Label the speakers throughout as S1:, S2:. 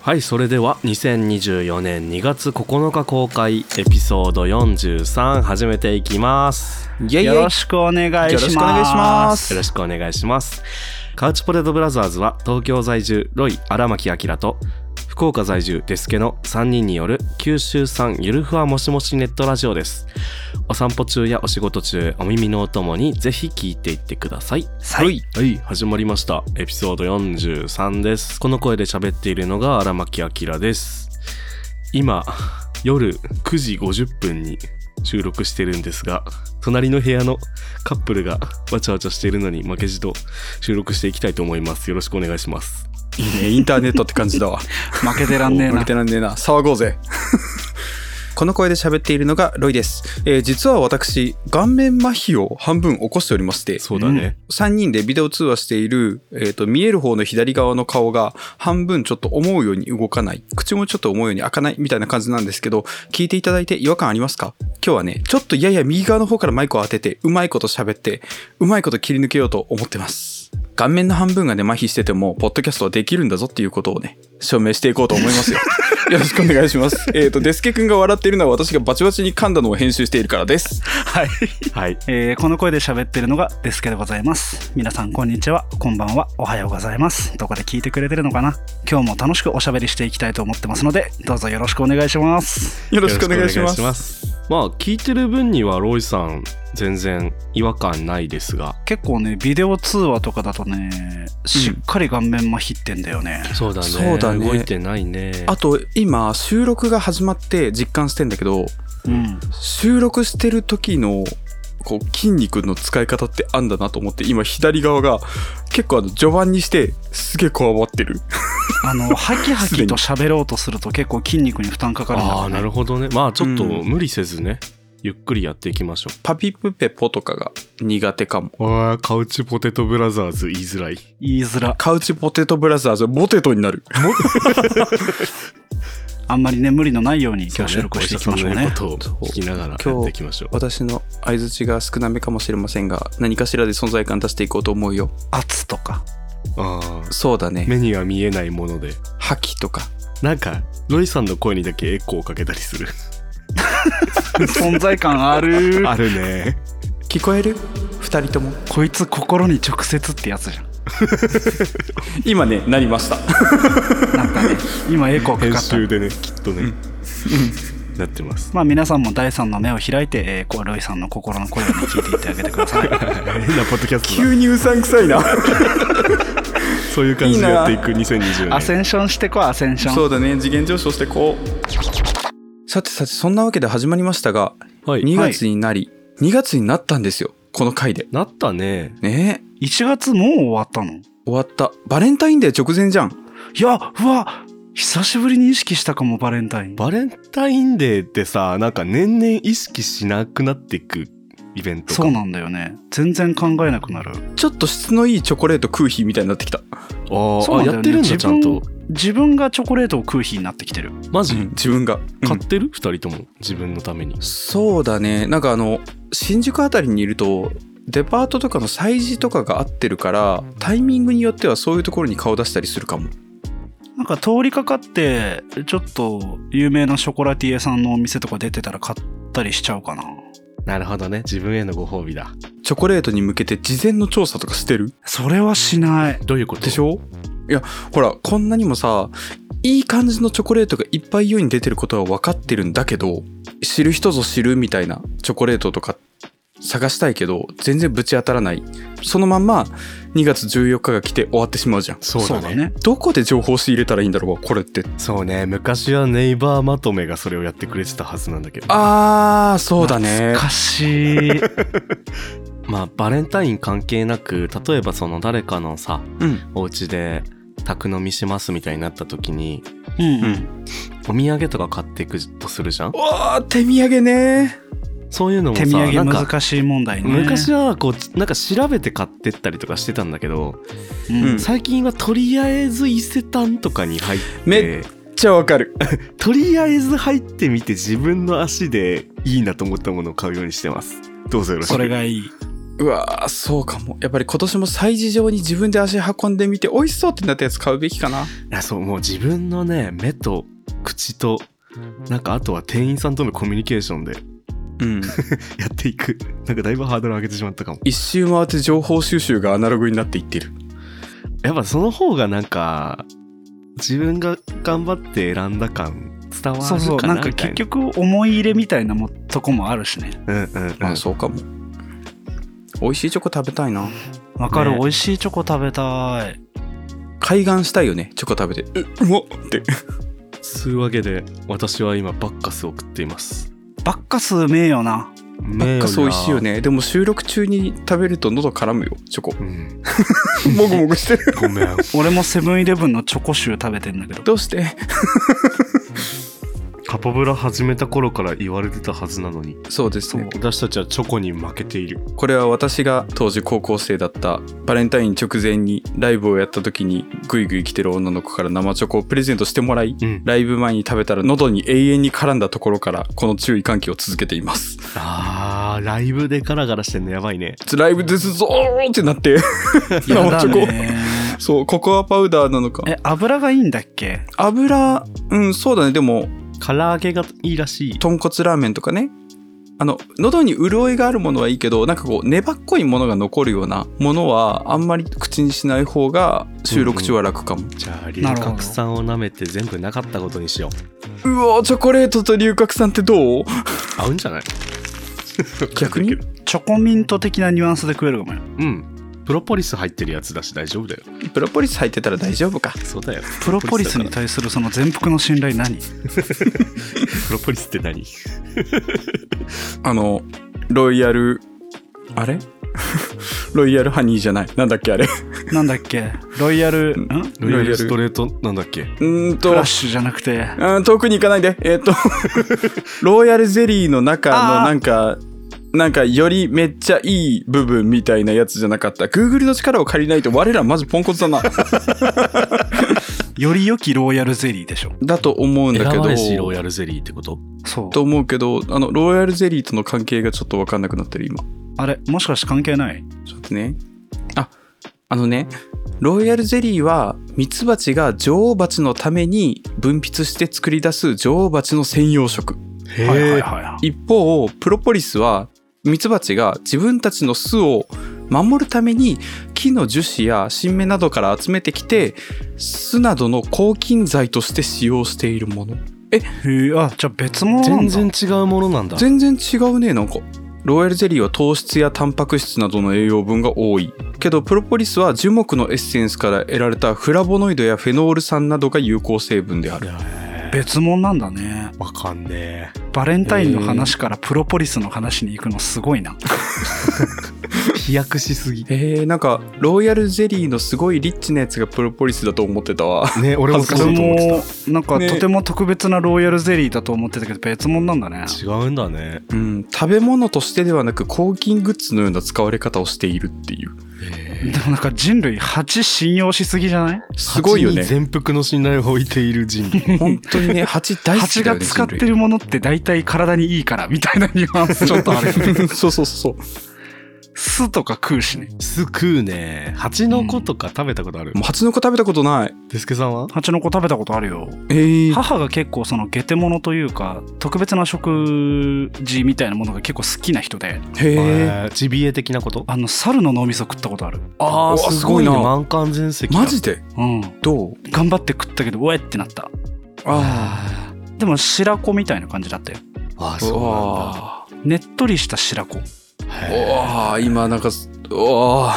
S1: はいそれでは2024年2月9日公開エピソード43始めていきます
S2: イェイイェイ
S3: よろしくお願いします。
S2: よろしくお願いします
S1: よろしくお願いしますカウチポテトブラザーズは東京在住ロイ荒牧明と福岡在住デスケの3人による九州産ゆるふわもしもしネットラジオですお散歩中やお仕事中お耳のお供にぜひ聞いていってください
S2: はい、
S1: はい始まりましたエピソード43ですこの声で喋っているのが荒牧明です今夜9時50分に収録してるんですが隣の部屋のカップルがわちゃわちゃしているのに負けじと収録していきたいと思いますよろしくお願いします
S2: いいねインターネットって感じだわ
S3: 負けてらんねえ
S2: 負
S3: な
S2: け。てらんねえな騒ご うぜこの声で喋っているのがロイです、えー実は私顔面麻痺を半分起こしておりまして
S1: そうだね、
S2: 3人でビデオ通話している、えーと見える方の左側の顔が半分ちょっと思うように動かない口もちょっと思うように開かないみたいな感じなんですけど聞いていただいて違和感ありますか今日はねちょっとやや右側の方からマイクを当ててうまいこと喋ってうまいこと切り抜けようと思ってます顔面の半分がね麻痺しててもポッドキャストはできるんだぞっていうことをね証明していこうと思いますよよろしくお願いしますえっ、とデスケ君が笑っているのは私がバチバチに噛んだのを編集しているからです
S3: はい。
S1: はい
S3: えーこの声で喋ってるのがデスケでございます。皆さん、こんにちは。こんばんは。おはようございます。どこで聞いてくれてるのかな今日も楽しくおしゃべりしていきたいと思ってますので、どうぞよろしくお願いします。
S2: よろしくお願いし
S1: よろしくお願
S2: ます
S1: いしますまあ聞いてる分にはロイさん全然違和感ないですが
S3: 結構ね、ビデオ通話とかだとね、しっかり顔面麻痺ってんだよね。
S1: そうだ
S2: ね
S1: 動いてないね
S2: あと今収録が始まって実感してんだけど
S3: うん。
S2: 収録してる時のこう筋肉の使い方ってあんだなと思って今左側が結構あの序盤にしてすげえこわばってる
S3: あ の、ハキハキと喋ろうとすると結構筋肉に負担かかるんだ
S1: あ
S3: ろ
S1: あ
S3: う
S1: ー
S3: ね
S1: なるほどねまあちょっと
S2: うん
S1: 無理せずね、ゆっくりやっていきましょ
S2: パピプペポとかが苦手かも
S1: うわあカウチポテトブラザーズ言いづらい
S3: 言いづら。
S2: カウチポテトブラザーズボテトになる
S3: あんまりね、無理のないように今日収録していきましょうね。
S1: そうねお医者さんの言うことを聞きながらや
S2: 今
S1: っていき
S2: 日
S1: ましょう
S2: 私の相づちが少なめかもしれませんが何かしらで存在感出していこうと思うよ
S3: 圧とか。
S1: あー
S2: そうだね
S1: 目には見えないもので
S2: 覇気とか
S1: なんかロイさんの声にだけエコーをかけたりする
S3: 存在感ある
S1: あるね
S2: 聞こえる2人とも
S3: こいつ心に直接ってやつじゃん
S2: 今ねなりました
S3: なんかね今エコーか
S1: 編
S3: かった
S1: 集でねきっとね、なってます
S3: まあ皆さんも第三の目を開いて、えー、こうロイさんの心の声を聞いていってあげてくだ さ い
S1: 変なポッドキャストだ
S2: 急にうさんくさいな
S1: そういう感じでやっていく2020
S3: ア
S1: 年
S3: センションしてこうアセンション
S2: そうだね次元上昇してこうさてさてそんなわけで始まりましたが
S1: はい
S2: 2月になり、2月になったんですよこの回で
S1: なったね
S2: ねえ
S3: 1月もう終わったのい
S2: 終わったバレンタインデー直前じゃん
S3: やうわ久しぶりに意識したかもバレンタイン
S1: バレンタインデーってさなんか年々意識しなくなっていくイベントか
S3: そうなんだよね全然考えなくなる
S2: ちょっと質のいいチョコレート食う日みたいになってきた、
S1: あー
S3: そうなんだ
S1: あや
S3: よね
S1: ってるんだ
S3: 自
S1: ちゃん
S3: 分
S1: と
S3: 自分がチョコレートを食う日になってきてる
S1: マジ、
S2: 自分が、
S1: 買っ
S2: うん
S1: てる、二人とも自分のために
S2: そうだねなんかあの新宿あたりにいるとデパートとかの催事とかが合ってるからタイミングによってはそういうところに顔出したりするかも
S3: なんか通りかかってちょっと有名なショコラティエさんのお店とか出てたら買ったりしちゃうかな
S1: なるほどね自分へのご褒美だ
S2: チョコレートに向けて事前の調査とかしてる
S3: それはしない
S1: どういうこと
S2: でしょいやほらこんなにもさいい感じのチョコレートがいっぱい世に出てることは分かってるんだけど知る人ぞ知るみたいなチョコレートとか探したいけど全然ぶち当たらないそのまんま2月14日が来て終わってしまうじゃん
S1: そうだねそう
S2: どこで情報仕入れたらいいんだろうこれって
S1: ね昔はネイバーまとめがそれをやってくれてたはずなんだけど
S2: あーそうだね
S3: 懐かしい
S1: まあバレンタイン関係なく例えばその誰かのさ
S2: うん
S1: お家で宅飲みしますみたいになった時に
S3: うん、
S2: うん
S1: お土産とか買っていくとするじゃん
S2: うわー手土産ね
S1: そういうのもさ
S3: 手土産
S1: なんか
S3: 難しい問題ね
S1: 昔はこうなんか調べて買ってったりとかしてたんだけど、
S3: うん
S2: うん
S1: 最近はとりあえず伊勢丹とかに入って
S2: めじゃあわかる
S1: とりあえず入ってみて自分の足でいいなと思ったものを買うようにしてますどうぞよろしく
S3: それがいい
S2: うわーそうかもやっぱり今年も催事場に自分で足運んでみて美味しそうってなったやつ買うべきかない
S1: やそうもう自分のね目と口となんかあとは店員さんとのコミュニケーションで
S2: うん
S1: やっていく なんかだいぶハードル上げてしまったかも
S2: 一周回って情報収集がアナログになっていってる
S1: やっぱその方がなんか自分が頑張って選んだ感伝わるかな
S3: そうそうなんか
S1: みたい
S3: 結局思い入れみたいなもとこもあるしね
S1: うんうんうん
S2: まあそうかも美味しいチョコ食べたいな
S3: わかる、
S1: ね
S3: 美味しいチョコ食べたい
S2: 開眼したいよねチョコ食べてううまっって
S1: そういうわけで私は今バッカスを食っています
S3: バッカスうめえよな
S1: バ
S2: バッカス美味しいよ、ねでも収録中に食べると喉絡むよチョコ
S1: うん、
S2: もぐもぐしてる
S1: ご めん
S3: 俺もセブンイレブンのチョコシュー食べてんだ けど
S2: どうして
S1: カポブラ始めた頃から言われてたはずなのに
S2: そうですね
S1: 私たちはチョコに負けている
S2: これは私が当時高校生だったバレンタイン直前にライブをやった時にグイグイ来てる女の子から生チョコをプレゼントしてもらい
S1: うん
S2: ライブ前に食べたら喉に永遠に絡んだところからこの注意喚起を続けています
S1: あーライブでガラガラしてんのやばいね
S2: ライブですぞーってなって
S3: や
S2: 生
S3: だ
S2: チョコ
S3: ね
S2: そうココアパウダーなのか
S3: え油がいいんだっけ
S2: 油うんそうだねでも
S1: 唐揚げがいいらしい
S2: 豚骨ラーメンとかねあの喉に潤いがあるものはいいけどなんかこう粘っこいものが残るようなものはあんまり口にしない方が収録中は楽かも、
S1: じゃあ龍
S3: なるほど
S1: 角散を舐めて全部なかったことにしよう
S2: うおーチョコレートと龍角散ってどう
S1: 合うんじゃない
S2: 逆に
S3: チョコミント的なニュアンスで食えるかもよ
S1: うんプロポリス入ってるやつだし大丈夫だよ
S2: プロポリス入ってたら大丈夫か
S1: そうだよ
S3: プロポリスに対するその全幅の信頼何
S1: プロポリスって 何
S2: あのロイヤルあれ ロイヤルハニーじゃないなんだっけあれ
S3: なんだっけロイヤル
S2: うん
S1: ロイヤルストレートなんだっけ
S2: うーん
S3: フ
S2: と
S3: ラッシュじゃなくて
S2: うん遠くに行かないでえー っとロイヤルゼリーの
S3: あ
S2: 中の
S3: ー
S2: なんかなんかよりめっちゃいい部分みたいなやつじゃなかった Google の力を借りないと我らマジポンコ ツだな
S3: より良きロイヤルゼリーでしょ
S2: だと思うん
S1: 選
S2: だけど
S1: ばれしロイヤルゼリーってこと
S3: そう
S2: と思うけどあのロイヤルゼリーとの関係がちょっと分かんなくなってる今
S3: あれもしかして関係ない
S2: ちょっとね。あ、あのね、ロイヤルゼリーはミツバチが女王バチのために分泌して作り出す女王バチの専用食。
S1: へ
S3: はいはいはい
S2: 一方、プロポリスはミツバチが自分たちの巣を守るために木の樹脂や新芽などから集めてきて巣などの抗菌剤として使用しているもの
S3: へえあじゃあ別物なん
S1: 全
S3: だ
S1: 然違うものなんだ
S2: 全然違うねなんかロイヤルゼリーは糖質やタンパク質などの栄養分が多いけどプロポリスは樹木のエッセンスから得られたフラボノイドやフェノール酸などが有効成分である
S3: 別物なんだね
S1: わかんね
S3: バレンタインの話からプロポリスの話に行くのすごいな
S1: え飛躍しすぎ
S2: えー、なんかロイヤルゼリーのすごいリッチなやつがプロポリスだと思ってたわ
S1: ね俺も
S2: 恥ずかし
S1: そう
S2: い
S1: だと思って
S3: もなんか
S2: ね
S3: とても特別なロイヤルゼリーだと思ってたけど別物なんだね
S1: た違うんだね
S2: うん食べ物としてではなく抗菌グッズのような使われ方をしているっていう
S1: へえ
S3: でもなんか人類蜂信用しすぎじゃない
S2: すごいよね
S1: 蜂に全幅の信頼を置いている人類
S2: 本当にね蜂大好き
S3: 蜂
S2: だよ
S3: が
S2: ね
S3: 使ってるものって大体体にいいからみたいなニュアン スちょっとあるよね
S2: 人類そうそうそう
S3: 巣とか食うしね
S1: すくうね蜂の子とか食べたことある
S2: もう蜂の子食べたことない
S1: デスケさんは
S3: 蜂の子食べたことあるよ
S2: えー、
S3: 母が結構そのゲテモノというか特別な食事みたいなものが結構好きな人で
S2: へえ
S1: えージビエ的なこと
S3: あの猿の脳みそ食ったことある
S1: あ
S2: ーすごいな
S1: 満貫全席だ
S2: マジで
S3: うん
S2: どう
S3: 頑張って食ったけどおえってなった
S2: あ
S3: でも白子みたいな感じだったよ
S1: あー
S2: あ
S1: そう
S3: ねっとりした白 子
S1: なんだへ
S2: おお今なんかおお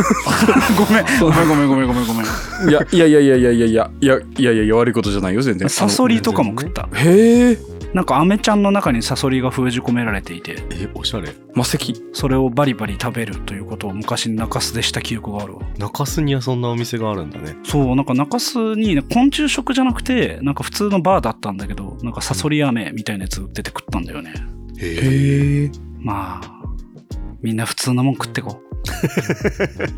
S3: ごめんごめんごめんごめんごめんごめん
S2: いやいやいやいやいやいやいやいやいやいや悪いことじゃないよ全然
S3: サソリとかも食った
S2: あのへえ
S3: なんかアメちゃんの中にサソリが封じ込められていて
S1: ええおしゃれ
S2: 魔石
S3: それをバリバリ食べるということを昔に中洲でした記憶があるわ
S1: 中洲にはそんなお店があるんだね
S3: そうなんか中洲にね昆虫食じゃなくてなんか普通のバーだったんだけどなんかサソリ飴みたいなやつ売ってて食ったんだよね
S1: へえ
S2: へえい
S3: まあみんな普通のもん食ってこ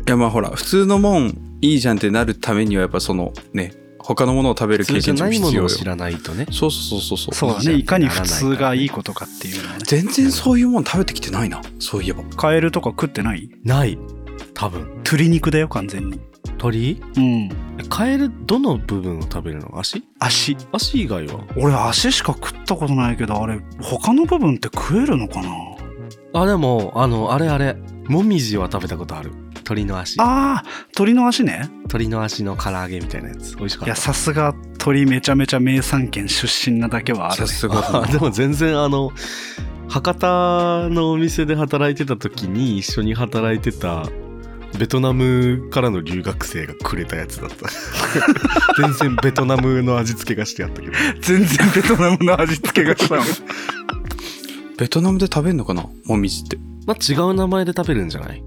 S3: う
S2: やまあほら普通のもんいいじゃんってなるためにはやっぱそのね他のものを食べる経
S1: それじゃ
S2: 験値
S1: な
S2: も
S1: い
S2: 必
S1: もの
S2: 要
S1: を
S2: よ
S1: 知らないとね。
S2: そうそうそうそう
S3: そうだね。いかに普通がいいことかっていうのはね。
S2: 全然そういうもん食べてきてないなそういえば
S3: カエルとか食ってない
S1: ない。多分。
S3: 鶏肉だよ、完全に。
S1: 鳥
S3: うん。
S1: カエル、どの部分を食べるの足
S3: 足。
S1: 足以外は
S3: 俺、足しか食ったことないけど、あれ、他の部分って食えるのかな
S1: あ、でも、あの、あれあれ。もみじは食べたことある。鳥の足。
S3: ああ、鳥の足ね。
S1: 鳥の足の唐揚げみたいなやつ。美味しか
S3: い
S1: っ
S3: や、さすが鳥めちゃめちゃ名産県出身なだけはある
S2: さ
S3: ね。
S2: すが
S1: た。
S2: だ
S1: あ
S2: な
S1: でも全然あの、博多のお店で働いてた時に一緒に働いてたベトナムからの留学生がくれたやつだった。 全然ベトナムの味付けがしてあったけど。
S3: 全然ベトナムの味付けがしたの。
S2: ベトナムで食べんのかなもみじって
S1: まあ、違う名前で食べるんじゃない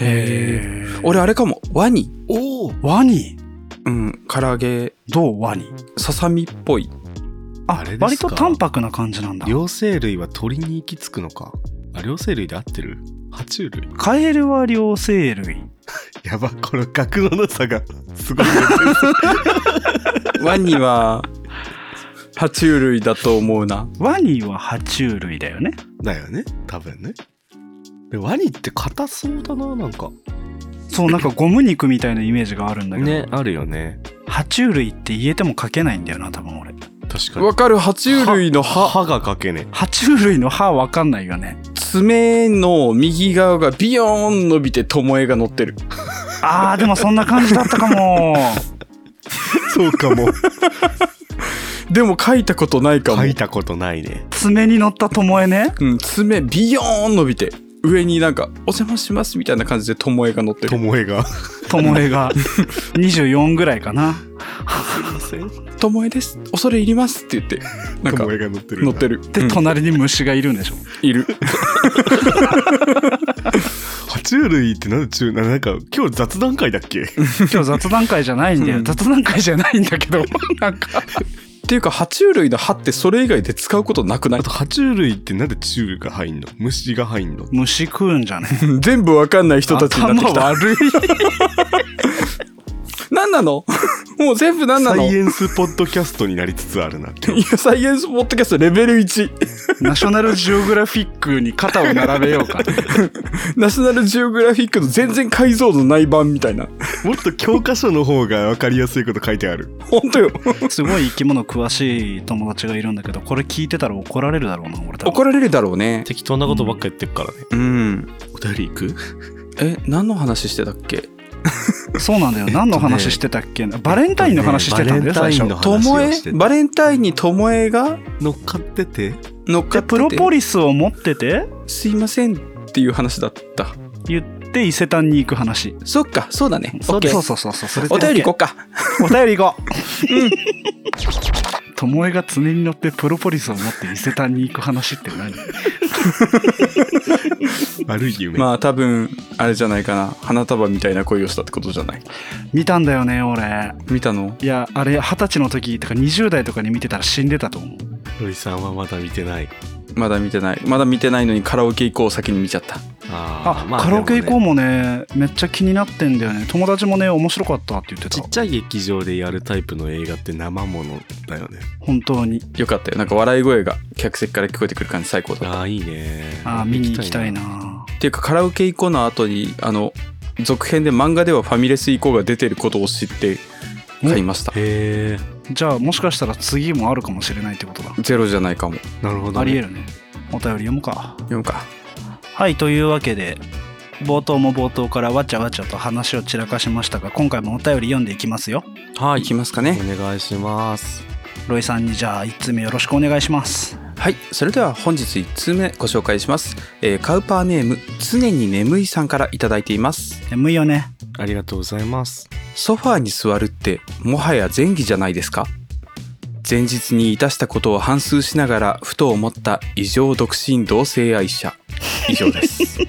S2: え
S3: へえ。
S2: 俺あれかもワニ
S1: おお
S3: ワニ
S2: うん唐揚げ
S3: どうワニ
S2: ささみっぽい
S3: あ
S1: あれですか
S3: 割と淡白な感じなんだ。
S1: 両生類は鳥に行き着くのか。あ、両生類で合ってる爬虫類
S3: カエルは両生類。
S1: やば、この額のなさがすごい。
S2: ワニ は爬虫類だと思うな
S3: ワニは爬虫類だよね。
S1: だよね、多分ね。でワニって硬そうだな、なんか。
S3: そう、なんかゴム肉みたいなイメージがあるんだけど、
S1: ね、あるよね。
S3: 爬虫類って言えても書けないんだよな、多分俺。
S1: 確かに。
S2: わかる爬虫類の歯
S1: 歯がかけね
S3: 爬虫類の歯わかんないよね。
S2: 爪の右側がビヨーン伸びて巴が乗ってる
S3: あー、でもそんな感じだったか も。
S1: そうか も
S2: でも書いたことないかも
S1: 書いたことないね
S3: 爪に乗った巴ね。
S2: うん、爪ビヨーン伸びて上になんか「お邪魔します」みたいな感じで巴が乗ってる
S1: 巴が
S3: 巴が24ぐらいかな。
S2: 「巴です恐れ入ります」って言ってなんか
S1: 巴が乗ってる
S2: 乗って
S1: る
S2: る
S3: で、
S2: うん
S3: 隣に虫がいるんでしょ。
S2: いる
S1: 爬虫類ってなんで中ななんか今日雑談会だっけ
S3: 今日雑談会じゃないんだよ。
S2: うん
S3: 雑談会じゃないんだけど、 なんか。
S2: っていうか爬虫類の歯ってそれ以外で使うことなくない
S1: あと爬虫類ってなんで虫が入んの虫が入んの
S3: 虫食うんじゃね
S2: うん全部わかんない人たちになってきた
S3: 頭悪い。
S2: 何なの もう全部何な
S1: サ
S2: の
S1: イ
S2: い
S1: エンスポッドキャストになりつつあるなって
S2: やサイエンスポッドキャストレベル1
S3: ナショナルジオグラフィックに肩を並べようか。
S2: ナショナルジオグラフィックの全然解像度ない版みたいな
S1: もっと教科書の方が分かりやすいこと書いてある
S2: 本当よ
S3: すごい生き物詳しい友達がいるんだけど、これ聞いてたら怒られるだろうな、俺多分
S2: 怒られるだろうね
S1: 適当なことばっか言ってるからね、
S2: うん
S1: お便り行く
S2: え何の話してたっけ
S3: そうなんだよ。何の話してたっけなバレンタインの話してたんだよ、
S1: バ
S3: 最
S1: レンタイン
S3: 初
S1: の。
S2: 巴バレンタインに巴が
S1: 乗っかってて
S2: 乗っ
S3: で、
S2: かってて
S3: プロポリスを持ってて、
S2: すいませんっていう話だった
S3: 言って伊勢丹に行く話。
S2: そっかそうだね
S3: そう
S2: OK
S3: そうそうそうそう。それで
S2: お便り
S3: OK
S2: 行こっか
S3: お便り行こう。ともえが常に乗ってプロポリスを持って伊勢丹に行く話って何
S1: 悪い夢、
S2: まあ多分あれじゃないかな花束みたいな恋をしたってことじゃない
S3: 見たんだよね、俺。
S2: 見たの
S3: いや、あれ、二十歳の時とか20代とかに見てたら死んでたと思う。
S1: ロイさんはまだ見てない
S2: まだ見てないまだ見てないのにカラオケ行こうを先に見ちゃった
S1: あ
S3: あ
S1: ー、まあ
S3: カラオケ行こう
S1: でもね
S3: もね、めっちゃ気になってんだよね。友達もね、面白かったって言って
S1: ち
S3: た
S1: っ。ちゃい劇場でやるタイプの映画って生ものだよね
S3: 本当に。
S2: よかったよなんか笑い声が客席から聞こえてくる感じ最高だっ
S1: ああいいね
S3: ああ、見に行きたいな。
S2: ていうかカラオケ行こうの後にあの続編で漫画ではファミレス行こうが出てることを知って買いました
S1: へえ
S3: じゃあ、もしかしたら次もあるかもしれないってことだ。
S2: ゼロじゃないかも
S1: なるほど、
S3: ありえ
S1: る
S3: るね。お便り読むか。
S2: 読むか
S3: はい、というわけで、冒頭も冒頭からわちゃわちゃと話を散らかしましたが、今回もお便り読んでいきますよ。
S2: はい行きますかね
S1: お願いします
S3: ロイさんにじゃあ、1通目よろしくお願いします。
S2: はいそれでは本日1通目ご紹介します、えーカウパーネーム常に眠いさんから頂いています
S3: 眠いよね。
S1: ありがとうございます
S2: ソファーに座るってもはや前儀じゃないですか前日に致したことを反芻しながらふと思った異常独身同性愛者以上です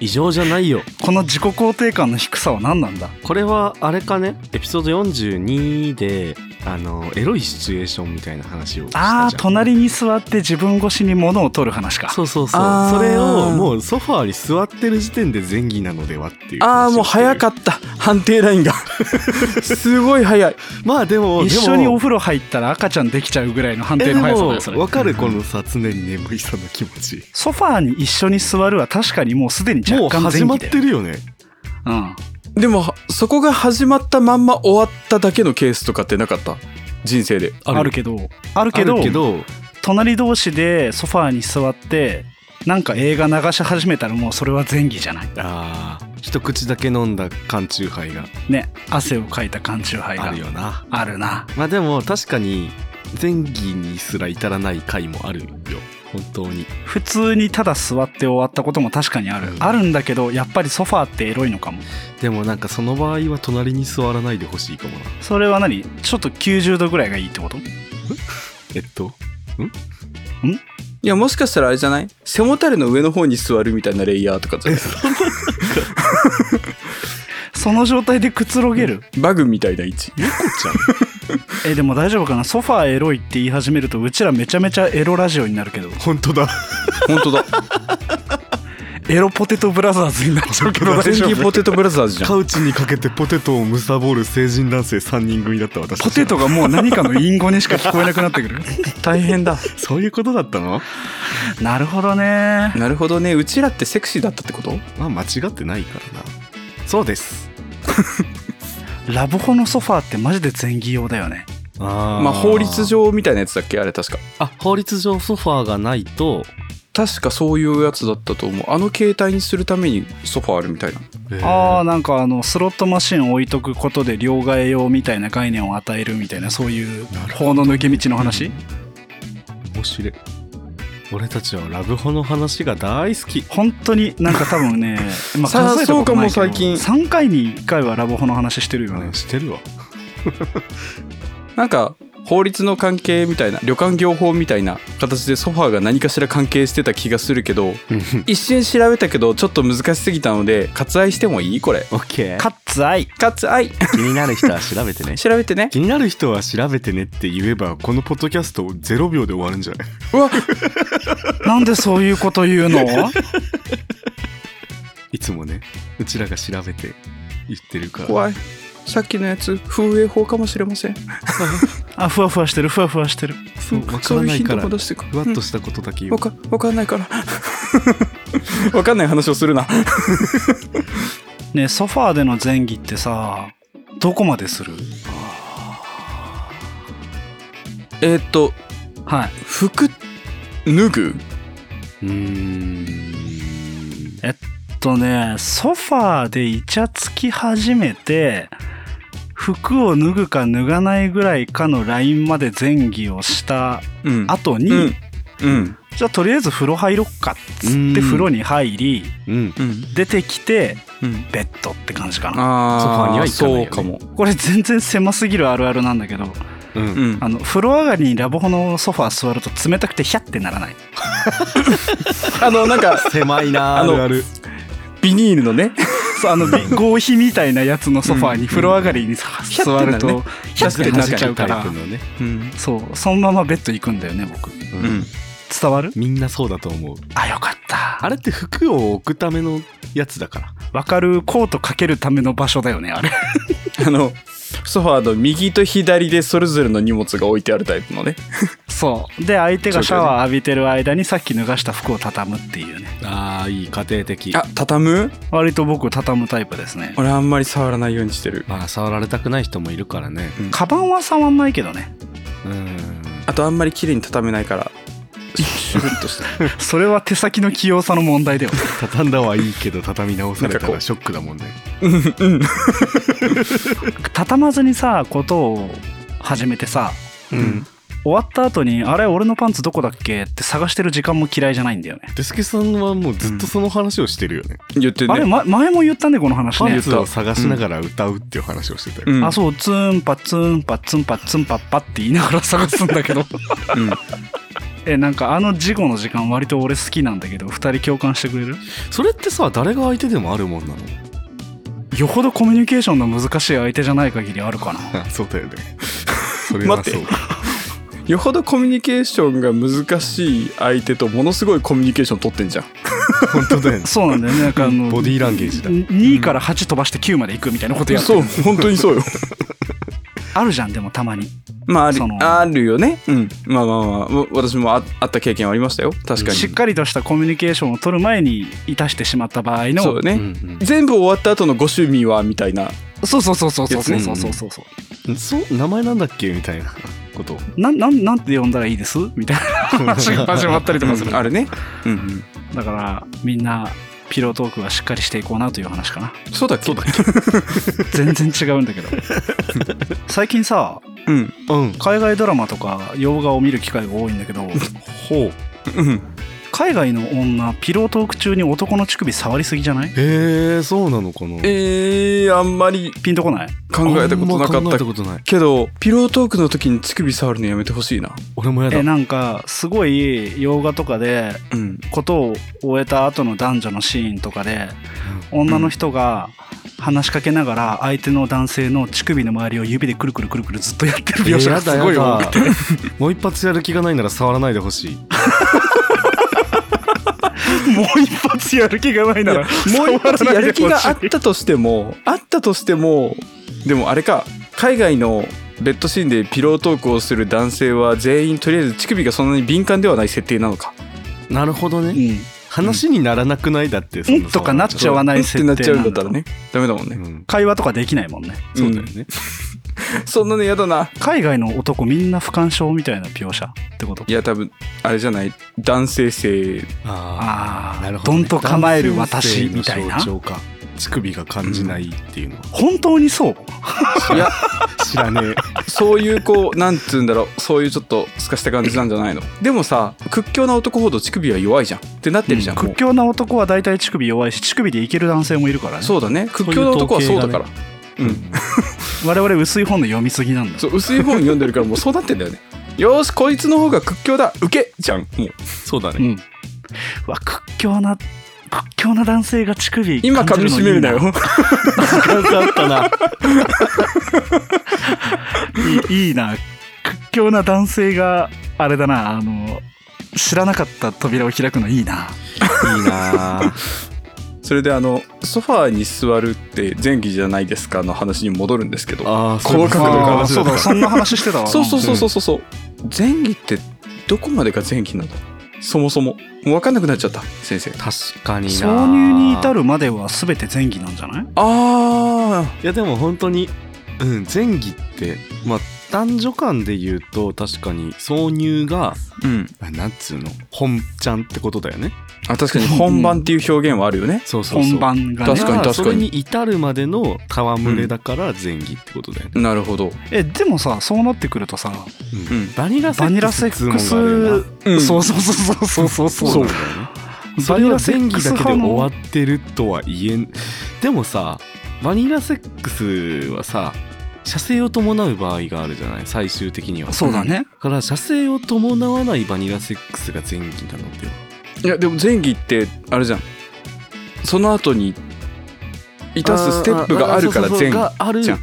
S1: 異常じゃないよ
S3: この自己肯定感の低さは何なんだ
S1: これはあれかねエピソード42であのエロいシチュエーションみたいな話をしたじゃん
S3: ああ、隣に座って自分越しに物を取る話か。
S1: そうそうそう
S2: あー
S1: それをもうソファーに座ってる時点で前儀なのではっていう話をしてる
S2: ああもう早かった判定ラインがすごい早い
S1: まあでも
S3: 一緒にお
S1: で
S3: 風呂入ったら赤ちゃんできちゃうぐらいの判
S1: も
S3: 定
S1: え
S3: の
S1: で
S3: 速さだよそ
S1: も
S3: れ
S1: わかるこのさ常に眠いさの気持ち
S3: ソファーに一緒に座るは確かにもうすでに
S1: もう
S3: 若干前
S1: 始まっ
S3: 期だ
S1: て
S3: よ
S1: るよね
S3: うん
S2: でもそこが始まったまんま終わっただけのケースとかってなかった人生で
S3: あるけどあるけど
S1: あるけど
S3: 隣同士でソファーに座ってなんか映画流し始めたらもうそれは前儀じゃない
S1: あー一口だけ飲んだ缶チューハイが
S3: ね汗をかいた缶チューハイが
S1: あるよな
S3: あるな
S1: まあでも確かに前儀にすら至らない回もあるよ本当に
S3: 普通にただ座って終わったことも確かにある、
S1: うん
S3: あるんだけどやっぱりソファーってエロいのかも
S1: でもなんかその場合は隣に座らないでほしいかもな
S3: それは何ちょっと90度ぐらいがいいってこと
S1: えっと
S2: いやもしかしたらあれじゃない背もたれの上の方に座るみたいなレイヤーとかじゃない
S3: その状態でくつろげる、
S2: バグみたいな位置
S1: 猫ち ゃん
S3: えでも大丈夫かなソファーエロいって言い始めるとうちらめちゃめちゃエロラジオになるけど
S1: 本当だ
S2: 本 当だ
S3: エロポテトブラザーズになっちゃうけど大
S2: 全
S3: 丈
S2: キ
S3: 夫
S2: ポテトブラザーズじゃん
S1: カウチにかけてポテトを貪る成人男性3人組だった私たち
S3: ポテトがもう何かの隠語にしか聞こえなくなってく る
S2: 大変だ
S1: そういうことだったの
S3: なるほどね
S2: なるほどねうちらってセクシーだったってこと
S1: まあ間違ってないからなそうです
S3: ラブホのソファーってマジで前儀用だよね
S1: あ
S2: まあ法律上みたいなやつだっけあれ確か
S1: あ法律上ソファーがないと
S2: 確かそういうやつだったと思うあの携帯にするためにソファあるみたいな
S3: ああなんかあのスロットマシン置いとくことで両替用みたいな概念を与えるみたいなそういう
S1: なるほ
S3: 法の抜け道の話
S1: 面白い俺たちはラブホの話が大好き
S3: 本当になんか多分 ねま
S2: さあ
S3: 数えたことないけど
S2: そうかも最近
S3: 3回に1回はラブホの話してるよね
S1: して るわ
S2: なんか法律の関係みたいな旅館業法みたいな形でソファーが何かしら関係してた気がするけど一瞬調べたけどちょっと難しすぎたので割愛してもいいこれ
S1: オッケ
S3: カッツアイ
S2: 割愛
S1: 気になる人は調べてね
S2: 調べてね
S1: 気になる人は調べてねって言えばこのポッドキャスト0秒で終わるんじゃないう
S2: わ
S3: なんでそういうこと言うの
S1: いつもねうちらが調べて言ってるから
S2: 怖いさっきのやつ風営法かもしれません
S3: あふわふわしてるふわふわしてる
S1: そうわか
S2: そ
S1: ら
S2: ういう
S1: ない
S2: 頻
S1: か
S2: 度
S1: ら
S2: も
S1: ふ
S2: 出してく
S1: わっとしたことだけ言
S2: わ
S1: う
S2: かわかんないから わかんない話をするな
S3: ねえソファーでの前儀ってさどこまでする
S2: えーっと
S3: はい
S2: 服脱ぐ
S1: うーん
S3: えっとねソファーでイチャつき始めて服を脱ぐか脱がないぐらいかのラインまで前儀をした
S2: うん
S3: 後に、
S2: うんうん
S3: じゃあとりあえず風呂入ろっかっつっ
S1: うん
S3: て風呂に入り
S1: うん
S2: うん
S3: 出てきて
S2: うん
S3: ベッドって感じかな
S1: ソファーに
S2: あ
S1: は
S2: あ
S1: 行かないよ
S2: そ
S1: ね
S2: うかも
S3: これ全然狭すぎるあるあるなんだけど
S1: うん、
S2: うん
S3: あの風呂上がりにラブホのソファー座ると冷たくてヒャってならない
S2: あのなんか
S1: 狭いなあ
S2: あの
S1: るある
S2: ビニール のね
S3: そうあのび合皮みたいなやつのソファー
S2: うん
S3: に風呂上がりにさ
S2: ヒャ
S3: 座
S2: ってな
S3: る
S2: るね
S3: とヒャってなっちゃうから
S1: 確にタイプのね
S2: うん
S3: そうそのままベッド行くんだよね僕
S1: うん
S2: うん
S3: 伝わる
S1: みんなそうだと思う
S3: あよかった
S1: あれって服を置くためのやつだから
S3: わかるコートかけるための場所だよねあれ
S2: あのソファーの右と左でそれぞれの荷物が置いてあるタイプのね
S3: そうで相手がシャワー浴びてる間にさっき脱がした服を畳むっていうね
S1: ああいい家庭的
S2: あ畳む
S3: 割と僕畳むタイプですね
S2: 俺あんまり触らないようにしてる
S1: まあ触られたくない人もいるからね
S3: カバンは触んないけどね
S1: うん
S2: あとあんまり綺麗に畳めないからシュルッとして
S3: それは手先の器用さの問題だよね
S1: 畳んだはいいけど畳み直された
S2: なんかこ
S1: ら
S2: う
S1: ショックだもんね
S3: 畳まずにさことを始めてさ
S1: うん
S3: 終わった後にあれ俺のパンツどこだっけって探してる時間も嫌いじゃないんだよね
S1: デスケさんはもうずっとその話をしてるよね、
S2: 言って
S3: あれ、
S2: ね
S3: ま、前も言ったねこの話
S1: パン
S3: ね
S1: ツを探しながら歌うっていう話をしてたよ、
S2: うん
S3: あそうツンパツンパツンパツンパッパって言いながら探すんだけど
S2: うん
S3: えなんかあの事故の時間割と俺好きなんだけど2人共感してくれる
S1: それってさ誰が相手でもあるもんなの
S3: よほどコミュニケーションの難しい相手じゃない限りあるかな
S1: あそう だよねそれは
S2: 待
S1: そ
S2: って
S1: う
S2: よほどコミュニケーションが難しい相手とものすごいコミュニケーション取ってんじゃん
S1: 本当 だよね
S3: そうなんだよねなんかあの
S1: ボディーランゲージだ
S3: 2から8飛ばして9まで行くみたいなことやって
S2: そう
S3: る
S2: 本当にそ うよ
S3: あるじゃんでもたまに
S2: まあある
S3: その
S2: あるよねうんまあまあまあわ私もああった経験はありましたよ確かに
S3: しっかりとしたコミュニケーションを取る前にいたしてしまった場合の
S2: そうよね、
S1: うん
S2: 全部終わった後のご趣味はみたいな
S3: そうそうそうそうそうそう
S1: やつ
S3: そ
S1: ね
S3: うそうそうそ
S1: う
S3: う
S1: んそう名前なんだっけみたいなこと
S3: なんなんなんて呼んだらいいですみたいな話 が始まったりとかする
S2: あるね、うんうん、
S3: だからみんなピロートークはしっかりしていこうなという話かな
S2: そうだっけそうだっけ
S3: 全然違うんだ けど最近さ
S2: うん
S1: うん
S3: 海外ドラマとか洋画を見る機会が多いんだけど
S1: ほう
S2: うん
S3: 海外の女ピロートーク中に男の乳首触りすぎじゃない
S1: へえそうなのかな
S2: えー、あんまり
S3: ピンとこない
S2: 考えたことなか
S1: あんま考
S2: っ
S1: え
S2: た
S1: たことない
S2: けどピロートークの時に乳首触るのやめてほしいな
S1: 俺もやだ
S3: えなんかすごい洋画とかで
S2: うん
S3: ことを終えた後の男女のシーンとかで女の人が話しかけながら相手の男性の乳首の周りを指でくるくるくるくるずっとやってる
S1: いや
S3: 描写が
S1: や
S3: す
S1: だ
S3: ごい
S1: や
S3: 多
S1: だ
S3: くて
S1: もう一発やる気がないなら触らないでほしい
S3: もう一発やる気がないなら
S2: もう一発
S3: 触ら
S2: や
S3: ないでほし
S2: る
S3: い
S2: 気があったとしてもあったとしてもでもあれか海外のベッドシーンでピロートークをする男性は全員とりあえず乳首がそんなに敏感ではない設定なのか
S1: なるほどね
S3: う
S1: 話にならなくないだってそ
S3: ん、
S1: ん
S3: うんとかなっちゃ
S1: う
S3: わない設
S2: って
S3: 定な
S2: なっ
S3: んだ
S2: ちゃうんだったらねダメだもんね、
S1: ん
S3: 会話とかできないもんね
S1: そうだよね
S2: そんなの嫌だな
S3: 海外の男みんな不干渉みたいな描写ってこと
S2: いや多分あれじゃない男性性
S1: ああ
S3: ああ
S1: なるほ
S3: ど
S1: ど
S3: ん
S1: ね
S3: と構える私みたいな
S1: 男性の象徴か乳首が感じないっていうのは
S3: 本当にそう
S2: いや
S1: 知ら ねえ
S2: そういうこうなんつうんだろうそういうちょっとすかした感じなんじゃないのでもさ屈強な男ほど乳首は弱いじゃんってなってるじゃん、もう
S3: 屈強な男は大体乳首弱いし乳首でいける男性もいるからね
S2: そうだね屈強な男はそうだからう
S1: うんん
S3: 我々薄い本の読みすぎなんだ
S2: そう薄い本読んでるからもうそうなってんだよねよーしこいつの方が屈強だウケじゃんもう
S1: そうだ
S3: う
S1: ね
S3: んうわ屈強な屈強な男性が乳首
S2: 今噛
S3: 感
S2: み
S3: じ
S2: 締める
S3: の
S2: ないよ
S3: い
S1: 感想あったな
S3: いいいいな屈強な男性があれだなあの知らなかった扉を開くのいいない
S1: いなあ
S2: それであのソファーに座るって前儀じゃないですかの話に戻るんですけど
S1: あー
S2: 口角
S1: そういう話だ
S3: そ
S2: の話
S3: うだそんな話してたわ
S2: そうそうそうそうそうそう前儀ってどこまでが前儀なんだそもそももう分かんなくなっちゃった先生
S1: 確かにな
S3: 挿入に至るまでは全て前儀なんじゃない
S2: ああ
S1: いやでも本当に、うん、前儀ってまあ男女間で言うと確かに挿入が
S2: うん
S1: あなんつうの本ちゃんってことだよね
S2: あ確かに本番っていう表現はあるよね、
S1: そうそうそう
S3: 本番がね
S2: 確かに
S1: だらそれに至るまでの戯れだから前儀ってことだよね、
S2: なるほど、
S3: えでもさそうなってくるとさ
S1: うん
S2: うん
S1: バニラセ
S3: バニ
S1: ッ
S3: ラ
S1: クス
S3: セッ
S1: っつう
S3: クス
S1: もんがあるよな
S3: そうそうそうそうそうそう
S1: そうなんだよねそれは前儀だけで終わってるとは言えんでもさバニラセックスはさ射精を伴う場合があるじゃない最終的には
S3: そうだね
S1: だから射精を伴わないバニラセックスが前儀なのではい
S2: やでも前儀ってあれじゃんその後にいたすステップがあるから
S1: そうそう
S2: 前
S1: そうがある
S2: じゃん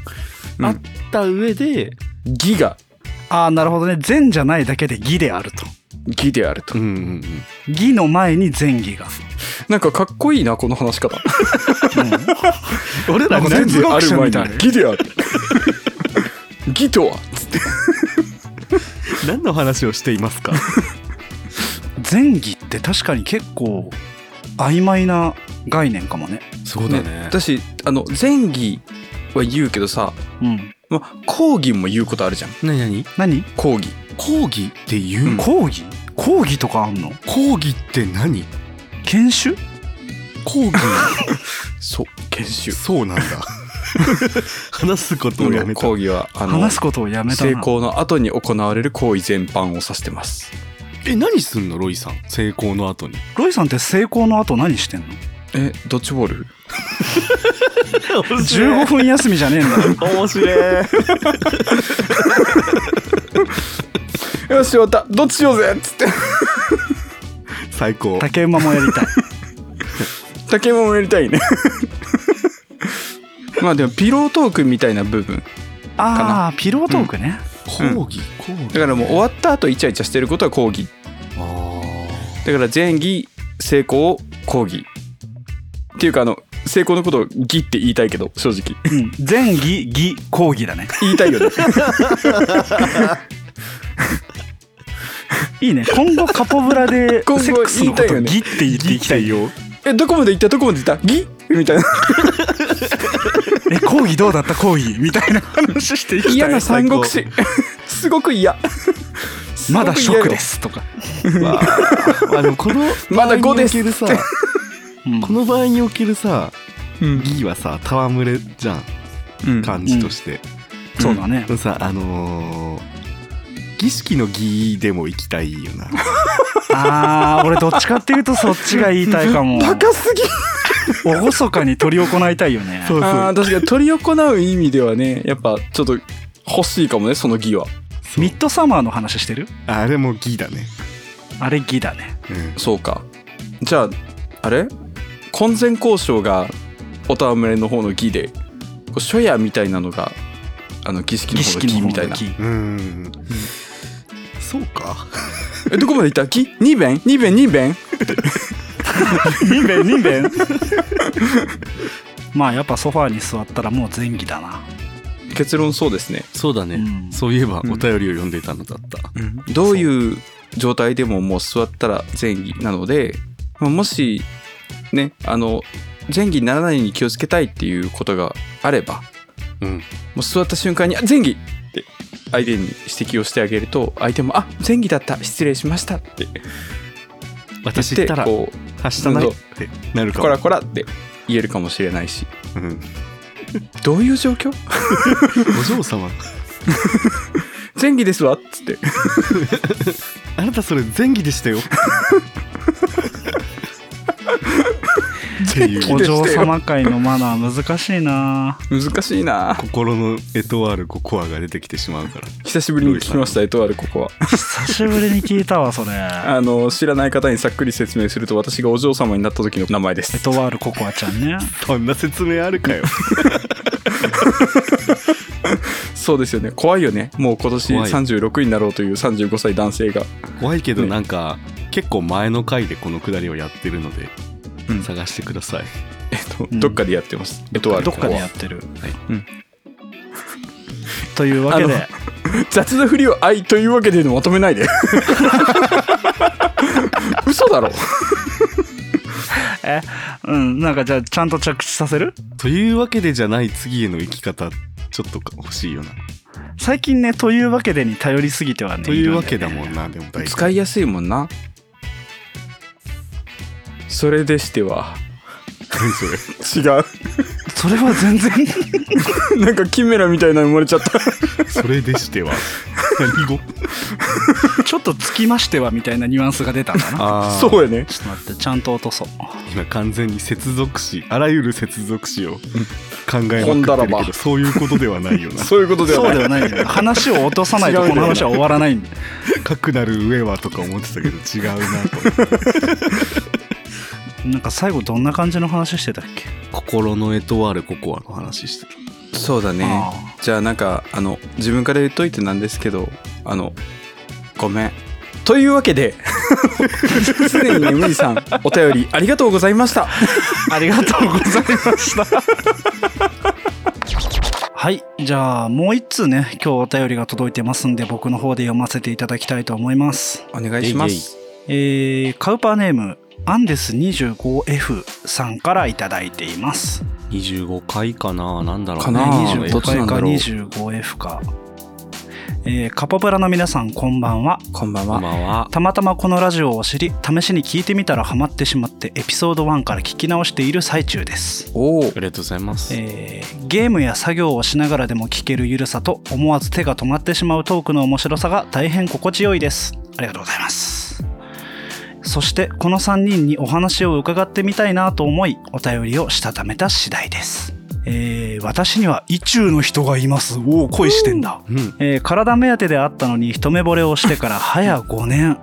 S2: うん
S1: あった上で、
S2: 儀が
S3: ああなるほどね善じゃないだけで義であると
S2: 儀である
S1: う
S2: と
S1: んうんうん、
S3: 義の前に善義が、
S2: なんかかっこいいなこの話し方
S3: 俺ら
S2: なん
S3: も
S2: か全
S3: 哲
S2: 部あ
S3: 学
S2: る
S3: 者みた
S2: 前
S3: い
S2: に儀で ある儀とは
S1: 何の話をしていますか
S3: 善義って確かに結構曖昧な概念かもね
S1: そう
S2: 私あの前儀は言うけどさ、
S3: うん
S2: ま、講義も言うことあるじゃん
S1: 何何
S3: 何
S2: 講義
S1: 講義って言う、
S2: うん
S3: 講義講義とかあんの
S1: 講義って何
S3: 研修
S1: 講義
S2: そう研修
S1: そうなんだ 話すことをやめ
S2: の
S1: た
S2: 講義はあの
S3: 話すことをやめた
S2: 成
S3: な
S2: 功の後に行われる行為全般を指してます
S1: え何すんのロイさん成功の後に
S3: ロイさんって成功の後何してんの
S2: えドッジボール
S3: 15分休みじゃねえんだ よ
S1: 面 白い
S2: よし終わったどっちしようぜっつって
S1: 最高
S3: 竹馬もやりたい
S2: 竹馬もやりたいね まあでもピロートークみたいな部分
S3: ああピロートークね、
S1: 講
S2: うん
S1: 義講義
S2: だからもう終わった後イチャイチャしてることは講義
S1: あ
S2: だから前儀成功を講義っていうかあの成功のことを義って言いたいけど正直
S3: うん前儀儀講義だね
S2: 言いた いよね
S3: いいね今後カポブラで
S2: 今後
S3: セックスのこ
S2: 言いたい
S3: と
S2: よね
S3: 儀って言っていきたいよ
S2: えどこまで行ったどこまで行った義みたいな
S3: え講義どうだった講義みたいな 話していきたい
S2: 嫌な三国
S3: 最
S2: 志すごく嫌す
S3: 高
S2: ご
S3: まだ
S2: く
S3: シ
S2: 嫌
S3: ョ
S2: よ
S3: ックですとか
S1: まあ、まあでもこの
S2: まだ5です
S1: 場合におけるさ
S3: うん
S1: この場合におけるさ
S2: うん
S1: 義はさ戯れじゃん
S2: うん
S1: 感じとして、
S3: そうだね
S1: でもさあのー儀式の儀でも行きたいよな
S3: あー俺どっちかっていうとそっちが言いたいかも
S2: バカすぎ
S3: 厳かに執り行いたいよね
S1: そう
S2: あー確かに取り行う意味ではねやっぱちょっと欲しいかもねその義は
S1: そう
S3: ミッドサマーの話してる
S1: あれも儀だね、
S3: あれ儀だね
S1: うん
S2: そうかじゃああれ婚前交渉がお戯れの方の義でこう初夜みたいなのがあの儀式の
S3: 儀
S2: 方の
S3: 式の
S2: 義
S3: 方
S2: みたい
S3: の
S2: な
S3: 儀
S1: うーんそうか
S2: えどこまで行った義二弁二弁二弁
S3: 人弁人弁まあやっぱソファーに座ったらもう前儀だな
S2: 結論そうですね、
S1: そうだね
S3: うん
S1: そういえば
S2: うん
S1: お便りを読んでたのだった、
S2: どういう状態でももう座ったら前儀なのでまあもしねあの前儀にならないように気をつけたいっていうことがあれば
S1: うん
S2: もう座った瞬間に「あ前儀!」って相手に指摘をしてあげると相手も「あ前儀だった失礼しました」って
S1: 私
S2: 言
S1: 言ってた
S2: っ
S1: ら
S2: こ
S1: はしたないってなる
S2: う「
S1: か
S2: こ
S1: も
S2: らこら」って言えるかもしれないし
S1: うん、
S2: どういう状況
S1: お嬢様
S2: 前儀ですわっつって
S1: あなたそれ前儀でした よってい
S2: 儀
S1: う
S3: お
S2: でしたよ
S3: 嬢様会のマナー難しいな
S2: 難しいな
S1: 心のエトワール5コアが出てきてしまうから
S2: 久しぶりに聞きましたエトワールここは
S3: 久しぶりに聞いたわそれ
S2: あの知らない方にさっくり説明すると私がお嬢様になった時の名前で
S3: エ
S2: す
S3: トワールココアちゃんね
S1: そんな説明ある かよ
S2: そうですよね怖いよねもう今年
S1: 怖い
S2: 36になろうという35歳男性が
S1: 怖いけど
S2: ね
S1: なんか、結構前の回でこのくだりをやってるので、
S2: うん
S1: 探してください
S2: えっと
S3: うん
S2: どっかでやってますエトワール
S3: どっ
S2: こ
S3: か
S2: こ
S3: で
S2: は
S3: やってる、
S1: はい
S2: うん
S3: というわけで
S2: 雑なふりを愛というわけでまとめない で嘘だろ
S3: えうんなんかじゃあちゃんと着地させる
S1: というわけでじゃない次への生き方ちょっと欲しいよな
S3: 最近ねというわけでに頼りすぎてはね
S1: というわけだ
S3: ん
S1: もんなでも大体
S2: 使いやすいもんなそれでしては
S1: 何それ
S2: 違う
S3: それは全然
S2: なんかキメラみたいなの生まれちゃった
S1: それでして は何語
S3: ちょっとつきましてはみたいなニュアンスが出たかな
S1: あー
S2: そうやね
S3: ちょっと待ってちゃんと落とそう
S1: 今完全に接続詞あらゆる接続詞を考え
S2: ほん
S1: まくっ
S2: だら
S1: てる
S2: ば
S1: けどそういうことではない よな
S2: そういうことで
S3: そう
S2: は
S3: で
S2: な
S3: は
S2: い
S3: ないんだよ話を落とさないと
S2: 違うん
S3: こ
S2: だよ
S3: の
S2: な
S3: 話は終わらないんだよ
S1: かくなる上はとか思ってたけど違うなと
S3: なんか最後どんな感じの話してたっけ
S1: 心のエトワールココアの話してる
S2: そうだね
S3: あ
S2: じゃあなんかあの自分から言っといてなんですけどあのごめんというわけ で常にねむいさんお便りありがとうございました
S3: ーありがとうございました はいじゃあもう一通ね今日お便りが届いてますんで僕の方で読ませていただきたいと思います
S2: お願いします
S3: えーカウパーネームアンデス 25F さんからいただいています
S1: 25回かななんだろう
S2: か
S1: ね
S2: なあー
S1: 25
S3: 25
S2: どっちな
S3: 回
S2: ん
S3: か
S2: だろう
S3: 25F か、えーカポブラの皆さんこんばんは
S2: こんばん
S1: こん
S2: は
S1: ばんは
S3: たまたまこのラジオを知り試しに聞いてみたらハマってしまってエピソード1から聞き直している最中です、
S2: おお
S1: ありがとうございます
S3: えーゲームや作業をしながらでも聞けるゆるさと思わず手が止まってしまうトークの面白さが大変心地よいですありがとうございますそしてこの3人にお話を伺ってみたいなと思いお便りをしたためた次第です、えー私には意中の人がいますおお恋してんだ
S1: うん
S3: えー体目当てであったのに一目惚れをしてから早5年、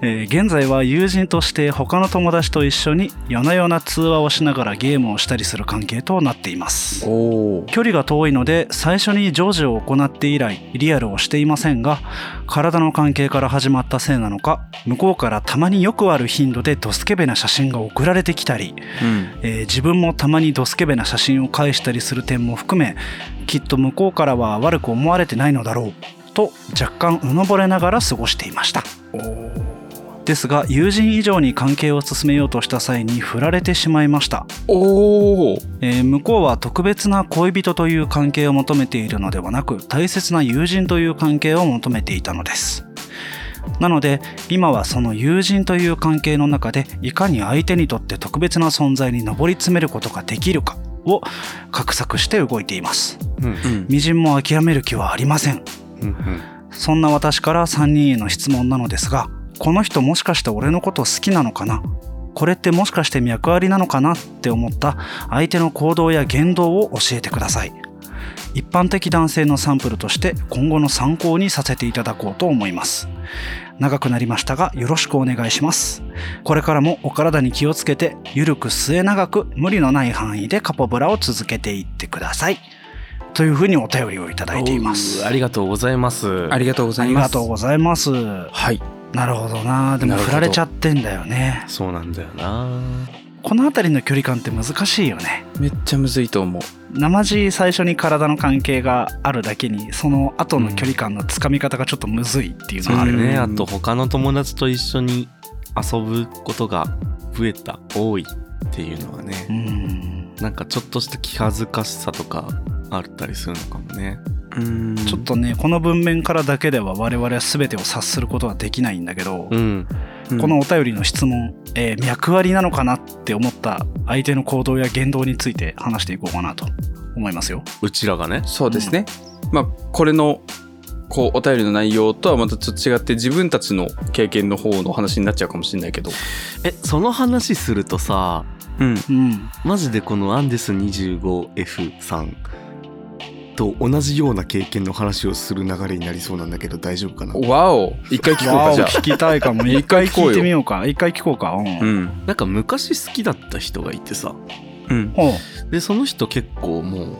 S3: えー現在は友人として他の友達と一緒に夜な夜な通話をしながらゲームをしたりする関係となっています
S2: おお。
S3: 距離が遠いので最初にジョージを行って以来リアルをしていませんが体の関係から始まったせいなのか向こうからたまによくある頻度でドスケベな写真が送られてきたり、
S2: うん。
S3: えー自分もたまにドスケベな写真を返したりする点も含めきっと向こうからは悪く思われてないのだろうと若干うのぼれながら過ごしていましたですが友人以上に関係を進めようとした際に振られてしまいました
S2: おお。
S3: えー向こうは特別な恋人という関係を求めているのではなく大切な友人という関係を求めていたのですなので今はその友人という関係の中でいかに相手にとって特別な存在に上り詰めることができるかを画策して動いています
S1: うん
S2: うん。
S3: 微塵も諦める気はありません
S1: うんうん
S3: そんな私から3人への質問なのですが、この人もしかして俺のこと好きなのかなこれってもしかして脈ありなのかなって思った相手の行動や言動を教えてください。一般的男性のサンプルとして今後の参考にさせていただこうと思います。長くなりましたがよろしくお願いします。これからもお体に気をつけて、ゆるく末長く無理のない範囲でカポブラを続けていってください。というふうにお便りをいただいています。
S1: ありがとうございます。
S2: ありがとうござ
S3: あ
S2: い
S3: り
S2: ま
S3: が
S2: す。
S3: とうございます。
S2: はい。
S3: なるほどな。でも
S2: なるほ
S3: 振ら
S2: ど
S3: れちゃってんだよね。
S1: そうなんだよな。
S3: この辺りの距離感って難しいよね。
S2: めっちゃむずいと思う。
S3: 生地最初に体の関係があるだけに、その後の距離感のつかみ方がちょっとむずいっていうの
S1: そう
S3: があ
S1: だ
S3: るよね。
S1: ね。
S2: うん
S1: あと他の友達と一緒に遊ぶことが増えた多いっていうのは
S3: う
S1: ね、
S3: ん。
S1: なんかちょっとした気恥ずかしさとかあったりするのかもね。
S2: うん。
S3: ちょっとね、この文面からだけでは我々は全てを察することはできないんだけど、
S1: うん。
S2: うん
S3: このお便りの質問、えー脈割りなのかなって思った相手の行動や言動について話していこうかなと思いますよ。
S1: うちらがね。
S2: そうですね。まあこれのこうお便りの内容とはまたちょっと違って自分たちの経験の方の話になっちゃうかもしれないけど。
S1: え、その話するとさ、
S2: うん。
S3: うん。
S1: マジでこのアンデス 25F さんと同じような経験の話をする流れになりそうなんだけど大丈夫かな
S2: わお。一回聞こう
S3: わ
S2: か
S3: お
S2: じゃあ。
S3: 聞きたいかも。一
S2: 一
S3: 回
S2: 回聞こうよ
S3: 聞いてみようか。一回聞こうか。うん。
S2: うん。
S1: なんか昔好きだった人がいてさ
S2: うん。
S3: ほう
S1: でその人結構もう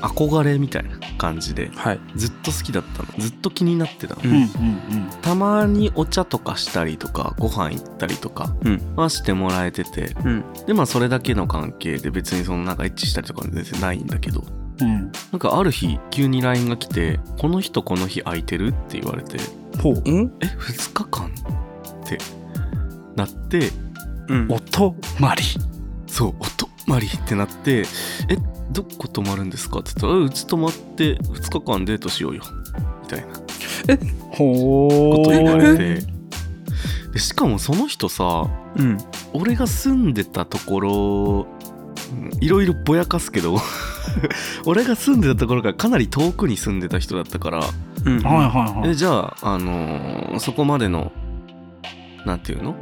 S1: 憧れみたいな感じで
S2: はい。
S1: ずっと好きだったのずっと気になってたの、
S2: う
S3: うんんうんうん。
S1: たまにお茶とかしたりとかご飯行ったりとか
S2: うん
S1: はしてもらえてて、
S2: うん。
S1: でまあそれだけの関係で別にそのなんかエッチしたりとかは全然ないんだけど
S3: うん。
S1: なんかある日急に LINE が来て「この人この日空いてる?」って言われて
S3: ほう。
S2: うん。
S1: え2日間ってなって
S2: うん。
S3: おとまり。
S1: そうお泊まりってなってえどこ泊まるんですかって言ったらえうち泊まって2日間デートしようよみたいなこ
S3: ほ
S1: と言われ
S3: う。
S1: てでしかもその人さ
S2: うん。
S1: 俺が住んでたところうんいろいろぼやかすけど 俺が住んでたところからかなり遠くに住んでた人だったから
S2: うん。
S3: はいはいは
S1: え
S3: い。
S1: じゃあ、あのーそこまでのなんていうの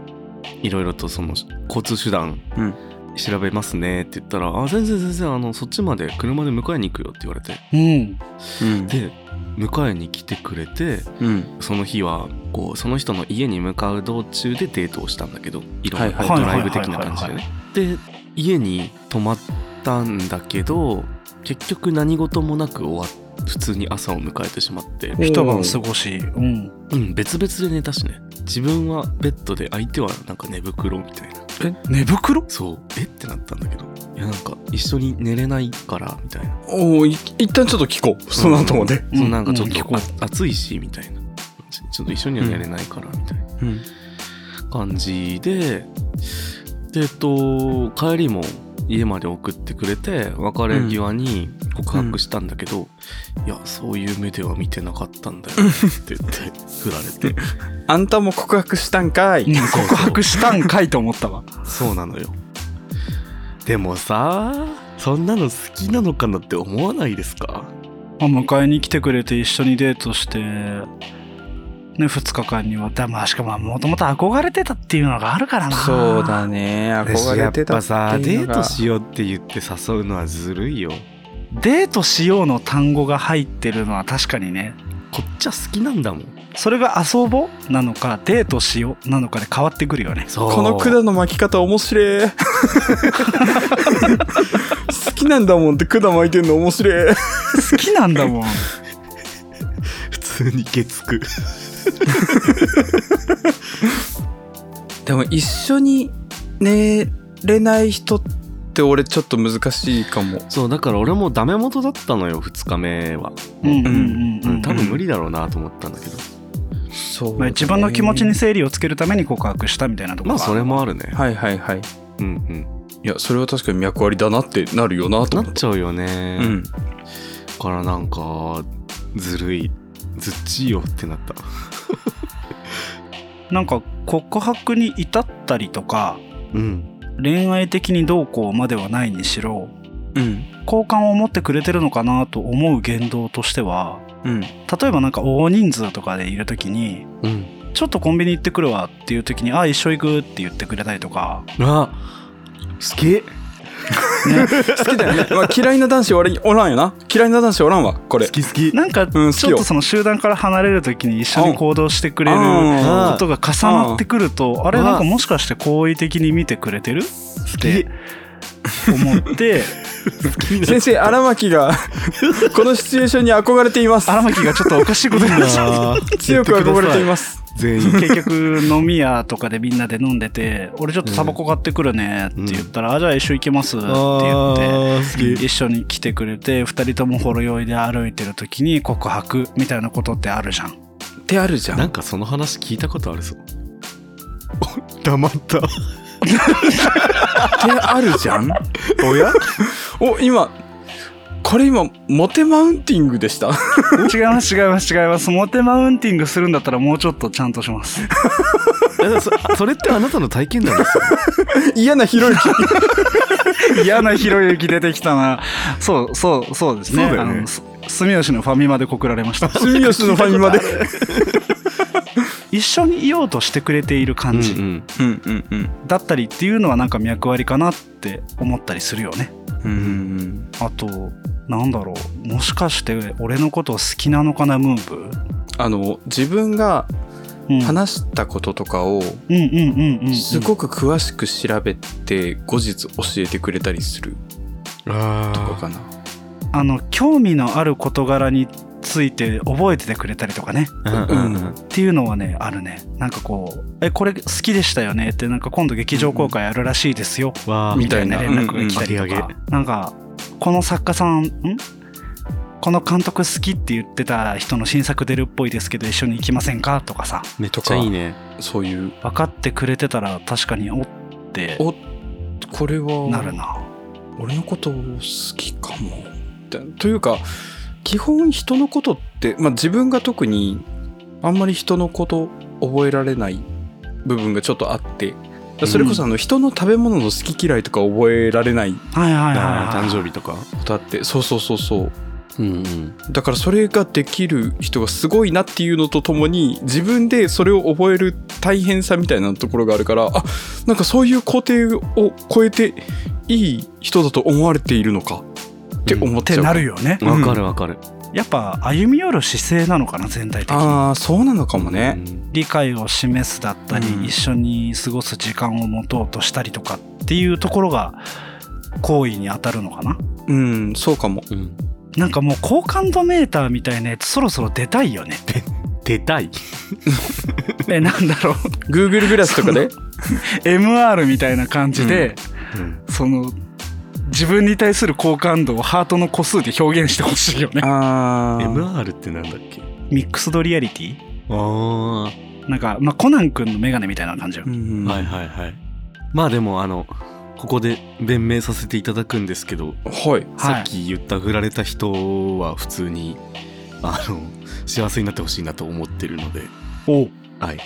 S1: いろいろとその交通手段
S2: うん
S1: 調べますねって言ったら「あ全然全然あのそっちまで車で迎えに行くよ」って言われて
S3: うん。
S2: うん。
S1: で迎えに来てくれて
S2: うん。
S1: その日はこうその人の家に向かう道中でデートをしたんだけどいろんな
S2: はい
S1: ド
S2: はい
S1: ライブ的な感じでね。で家に泊まったんだけど結局何事もなく終わっ普通に朝を迎えてしまって。
S3: 一晩過ごし。うん。
S1: うん別々で寝たしね自分はベッドで相手はなんか寝袋みたいな
S3: 寝袋
S1: そうえってなったんだけどいやなんか一緒に寝れないからみたいな
S2: おお、い一旦ちょっと聞こう。その後まで。
S1: そうなんかちょっ
S3: うん聞
S1: と
S3: こ
S1: あ暑いしみたいなちちょっと一緒には寝れないからみたいな
S2: うん。
S1: 感じででえっと帰りも家まで送ってくれて別れ際に告白したんだけど、いやそういう目では見てなかったんだよって 言って振られて
S2: あんたも告白したんかい。
S3: うん告白したんかいと思ったわ。
S1: そうなのよでもさそんなの好きなのかなって思わないですか
S3: まあ迎えに来てくれて一緒にデートして、ね、2日間にわたまあしかももともと憧れてたっていうのがあるからな。
S2: そうだね。憧れてたっていうのが。
S1: ようって言って誘うのはずるいよ
S3: デートしようの単語が入ってるのは確かにね。
S1: こっちは好きなんだもん
S3: それが遊ぼうなのかデートしようなのかで変わってくるよね
S1: そう
S2: この管の巻き方面白え好きなんだもんって管巻いてんの面白え
S3: 好きなんだもん
S1: 普通に月9
S2: でも一緒に寝れない人って俺ちょっと難しいかも
S1: そうだから俺もダメ元だったのよ2日目は、
S3: うんうんう
S1: うん
S3: うん
S1: ん、多分無理だろうなと思ったんだけど、
S2: そう、
S3: まあ、自分の気持ちに整理をつけるために告白したみたいなとこ
S1: ま
S3: ろ
S1: あ
S3: が
S1: それもあるね、
S2: はいはいはい
S1: うんうん
S2: いやそれは確かに脈ありだなってなるよなと
S1: な
S2: 思
S1: っ
S2: って
S1: ちゃうよね、
S2: うん
S1: だからなんかずるいずっちいよってなった
S3: なんか告白に至ったりとか
S1: うん
S3: 恋愛的にどうこうまではないにしろ
S2: うん
S3: 好感を持ってくれてるのかなと思う言動としては
S2: うん
S3: 例えばなんか大人数とかでいる時に
S1: うん
S3: 「ちょっとコンビニ行ってくるわ」っていう時に「あ一緒行く」って言ってくれたりとか、
S1: あ好き
S3: ね、
S2: 好きだよね、 まあ、嫌いな男子俺におらんよな嫌いな男子おらんわこれ
S1: 好き好き
S3: なんかち
S2: 好きよ
S3: ょっとその集団から離れる時に一緒に行動してくれる
S2: あ
S1: ー
S3: ことが重なってくるとあれなんかもしかして好意的に見てくれてるって思って
S2: 先生荒牧が このシチュエーションに憧れています
S3: 荒牧がちょっとおかしいことになっちゃう
S2: 強く憧れてい
S1: す
S2: ます
S1: 全員
S3: 結局飲み屋とかでみんなで飲んでて「俺ちょっとタバコ買ってくるね」って言ったら「あじゃあ一緒行きます」って言って。
S1: 好き
S3: 一緒に来てくれて2人ともほろ酔いで歩いてる時に告白みたいなことってあるじゃん
S2: ってあるじゃ
S1: なんかその話聞いたことあるぞお黙 った
S2: ってあるじゃん
S1: おや
S2: お今これ今モテマウンティングでした
S3: 違います違います違いますモテマウンティングするんだったらもうちょっとちゃんとします
S1: そそれってあなたの体験談ですよ
S2: 嫌なひろゆき
S3: 嫌なひろゆき出てきたなそうそうそうですね
S1: そうだよね
S3: あのす住吉のファミマで告られました
S2: 住吉のファミマで
S3: 一緒にいようとしてくれている感じ、
S1: うん
S2: うんうんうん
S3: だったりっていうのはなんか脈割りかなって思ったりするよね
S2: うん
S3: あとなんだろうもしかして俺のこと好きなのかなムーブ、
S2: あの自分が
S3: うん、
S2: 話したこととかを
S3: うんうんうんうんうん
S2: すごく詳しく調べて後日教えてくれたりするとか
S1: あ
S2: かな
S3: あの興味のある事柄について覚えててくれたりとかね
S1: あ
S2: うん
S3: っていうのはねあるねなんかこう「えこれ好きでしたよね」ってなんか今度劇場公開あるらしいですよ、
S1: わあ
S3: みたいな連
S2: みたいな
S3: 絡が来たりと
S1: うんうん
S3: か
S1: あり、
S3: なんかこの作家さんんこの監督好きって言ってた人の新作出るっぽいですけど一緒に行きませんかとかさ
S1: めっちゃいいね
S2: そういう
S3: 分かってくれてたら確かにおって
S2: おこれ
S3: なる
S2: は
S3: な
S2: 俺のこと好きかもってというか基本人のことって、まあ、自分が特にあんまり人のこと覚えられない部分がちょっとあってそれこそあの人の食べ物の好き嫌いとか覚えられない
S3: はいはいはい、
S1: あ
S3: はい、
S1: ー誕生日とか
S2: ことあってそうそうそうそう
S1: うんうん
S2: だからそれができる人がすごいなっていうのとともに自分でそれを覚える大変さみたいなところがあるからあなんかそういう工程を超えていい人だと思われているのかって思っ
S3: っ
S2: ちゃ
S3: て
S2: う。
S3: なるよね、
S2: うん
S1: わかるわかる
S3: やっぱ歩み寄る姿勢なのかな全体的に
S2: ああそうなのかもね。
S1: うん
S3: 理解を示すだったり、
S2: うん
S3: 一緒に過ごす時間を持とうとしたりとかっていうところが行為に当たるのかな
S2: うん、そうかも。
S1: うん
S3: なんかもう好感度メーターみたいなやつそろそろ出たいよね。
S1: 出たい
S3: えなんだろう
S2: Google グラスとかで
S3: MR みたいな感じで、その自分に対する好感度をハートの個数で表現してほしいよね。
S2: ああ
S1: MR ってなんだっけ
S3: ミックスドリアリティ
S1: ああは
S3: なんか、まあ、コナン君のメガネみたいな感じよ。
S2: うん
S1: いはいはいまあでもあのここで弁明させていただくんですけど
S2: はい
S3: はい
S1: さっき言った振られた人は普通にあの幸せになってほしいなと思ってるので
S3: お
S1: はい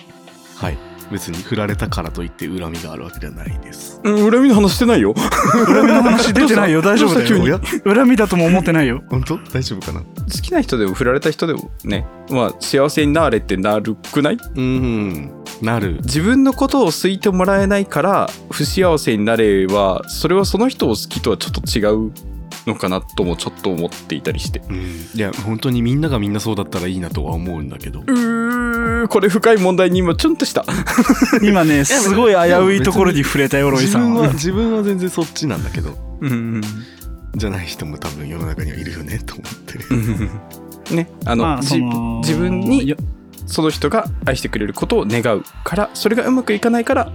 S1: はい別に振られたからといって恨みがあるわけではないです
S2: うん恨みの話してないよ。
S3: 恨みの話出てないよ大丈夫だ
S2: どうした急
S3: よ
S2: に
S1: や
S3: 恨みだとも思ってないよ
S1: 本当大丈夫かな
S2: 好きな人でも振られた人でもね、まあ幸せになれってなるくない
S1: うんなる
S2: 自分のことを好いてもらえないから不幸せになればそれはその人を好きとはちょっと違うのかなともちょっと思っていたりして
S1: うんいや本当にみんながみんなそうだったらいいなとは思うんだけど
S2: うーうーこれ深い問題に今チュンと した
S3: 今ねすごい危ういところに触れたよロイ
S1: 自
S3: さん
S1: 分
S3: は
S1: は自分は全然そっちなんだけど
S2: うん
S1: じゃない人も多分世の中にはいるよねと思って
S2: うんうんねあの,、
S3: まあそ
S2: じ
S3: の
S2: 自分に
S3: よ
S2: その人が愛してくれることを願うからそれがうまくいかないから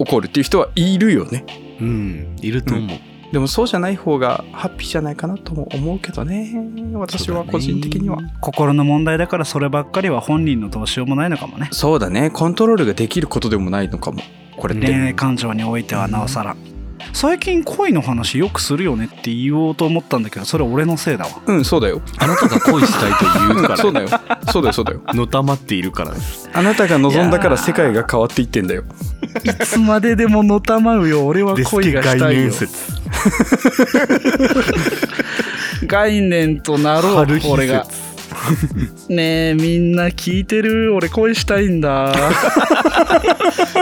S2: 怒るっていう人はいるよね
S1: うんいると思う、
S2: でもそうじゃない方がハッピーじゃないかなとも思うけどね私は個人的には
S3: 心の問題だからそればっかりは本人のどうしようもないのかもね
S2: そうだねコントロールができることでもないのかもこれって、
S3: 恋愛感情においてはなおさら最近恋の話よくするよねって言おうと思ったんだけどそれ俺のせいだわ
S2: うんそうだよ
S1: あなたが恋したいと言うか
S2: そうだ
S1: ら
S2: よそうだよそうだよ
S1: のたまっているからです
S2: あなたが望んだから世界が変わっていってんだよ
S3: いつまででものたまうよ俺は
S1: ですけ
S3: 恋が
S1: 概
S3: したい
S1: 念
S3: よ
S1: 説
S3: 概念となろ
S1: 春
S3: う
S1: 日
S3: 俺 が
S1: 説
S3: ねえみんな聞いてる俺恋したいん だ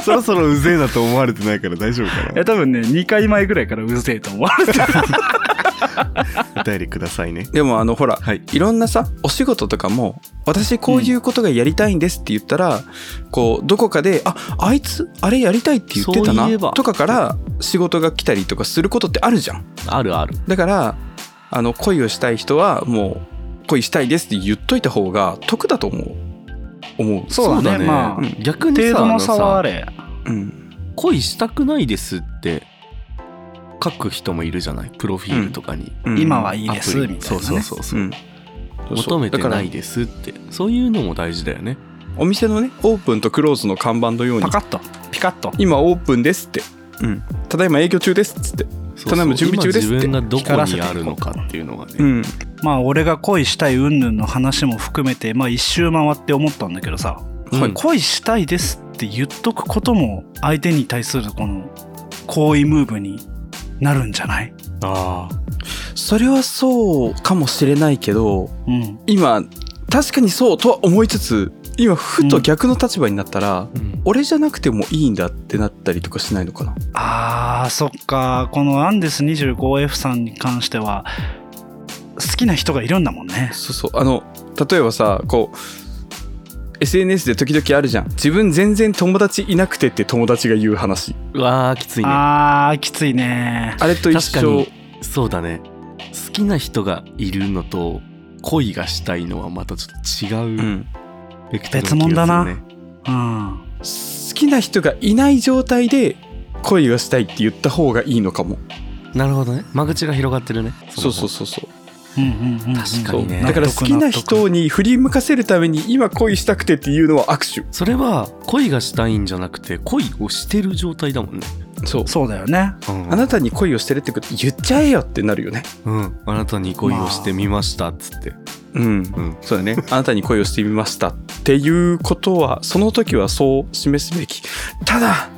S1: そろそろうぜえなと思われてないから大丈夫か
S3: え多分ね2回前ぐらいからうるせえと思われてる
S1: なお便りくださいね
S2: でもあのほら、
S1: はい
S2: い、ろんなさお仕事とかも私こういうことがやりたいんですって言ったら、こうどこかでああいつあれやりたいって言って
S1: そ
S2: た
S1: ういえ
S2: な
S1: ば
S2: とかから仕事が来たりとかすることってあるじゃん
S1: あるある
S2: だからあの恋をしたい人はもう恋したいですって言っといた方が得だと思う思う
S3: そうだねまあ
S2: うん
S1: 逆に
S3: 程
S1: さ
S3: 度の
S1: あ
S3: 差
S1: の
S3: はあ
S1: さ
S3: れ
S2: うん
S1: 恋したくないですって書く人もいるじゃないプロフィールとかに、
S2: うん
S3: 今はいい
S1: ア
S3: です
S1: プ
S3: み
S1: リ
S3: たいな、ね、
S1: そうそうそうそうう、
S2: ん
S1: 求めて
S2: だか
S1: な
S2: ら
S1: いですってそういうのも大事だよね
S2: お店のねオープンとクローズの看板のように
S3: パカッとピカッと
S2: 今オープンですって、うん、ただいま営業中ですっつって
S1: そうそ
S2: ただ
S1: う
S2: 今準備中ですって
S1: 今自分がどこにあるのかっていうのがね、
S2: ん
S3: まあ俺が恋したい云々の話も含めてまあ一周回って思ったんだけどさ、
S1: うん
S2: はい
S3: 恋したいですって言っとくことも相手に対するこの好意ムーブになるんじゃない
S1: ああ
S2: それはそうかもしれないけど
S3: うん
S2: 今確かにそうとは思いつつ今ふと逆の立場になったら、
S1: うん
S2: 俺じゃなくてもいいんだってなったりとかしないのかな
S3: あーそっかこのアンデス 25F さんに関しては好きな人がいるんだもんね
S2: そうそうあの例えばさこう SNS で時々あるじゃん自分全然友達いなくてって友達が言う話
S1: うわーきついね
S3: あーきついね
S2: あれと一
S1: 確か
S2: 緒
S1: にそうだね好きな人がいるのと恋がしたいのはまたちょっと違
S2: う、
S1: ううんベクトルの
S3: 別物だな
S1: 気がするね
S3: うん
S2: 好きな人がいない状態で恋をしたいって言った方がいいのかも
S1: なるほどね間口が広がってるね
S2: そうそう
S1: そ
S2: そうそう
S3: うんうんうんう
S1: 確
S3: ん
S1: か
S2: そう
S1: にね
S2: だから好きな人に振り向かせるために今恋したくてっていうのは握
S1: のそれは恋がしたいんじゃなくて恋をしてる状態だもんね、
S2: 手そう
S3: そうだよね
S1: うん
S2: あなたに恋をしてるってこと言っちゃえよってなるよね
S1: うん、あなたに恋をしてみましたっつって、
S2: うん
S1: うん、
S2: そうだね あなたに恋をしてみましたっていうことはその時はそう示すべきただ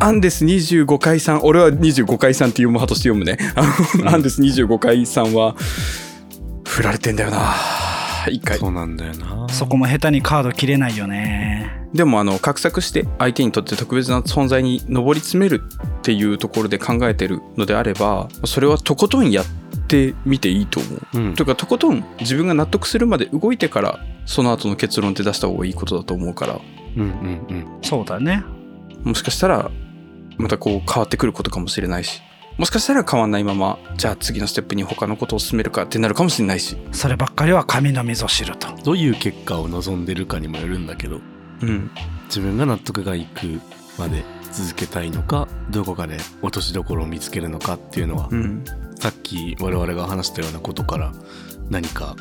S2: アンデス25回さん俺は25回さんっていう派として読むねあの
S1: うん
S2: アンデス25回さんは振られてんだよな一回
S1: そうなんだよな
S3: そこも下手にカード切れないよね
S2: でもあの画策して相手にとって特別な存在に上り詰めるっていうところで考えてるのであればそれはとことんやってみていいと思
S1: う
S2: う。
S1: ん
S2: というかとことん自分が納得するまで動いてからその後の結論って出した方がいいことだと思うから
S1: うんうん
S3: そうだね
S2: もしかしたらまたこう変わってくることかもしれないしもしかしたら変わんないままじゃあ次のステップに他のことを進めるかってなるかもしれないし、
S3: そればっかりは神のみぞ知ると
S1: うんどういう結果を望んでるかにもよるんだけど
S2: うん、
S1: 自分が納得がいくまで続けたいのかどこかで落としどころを見つけるのかっていうのは、
S2: うん、
S1: さっき我々が話したようなことから何か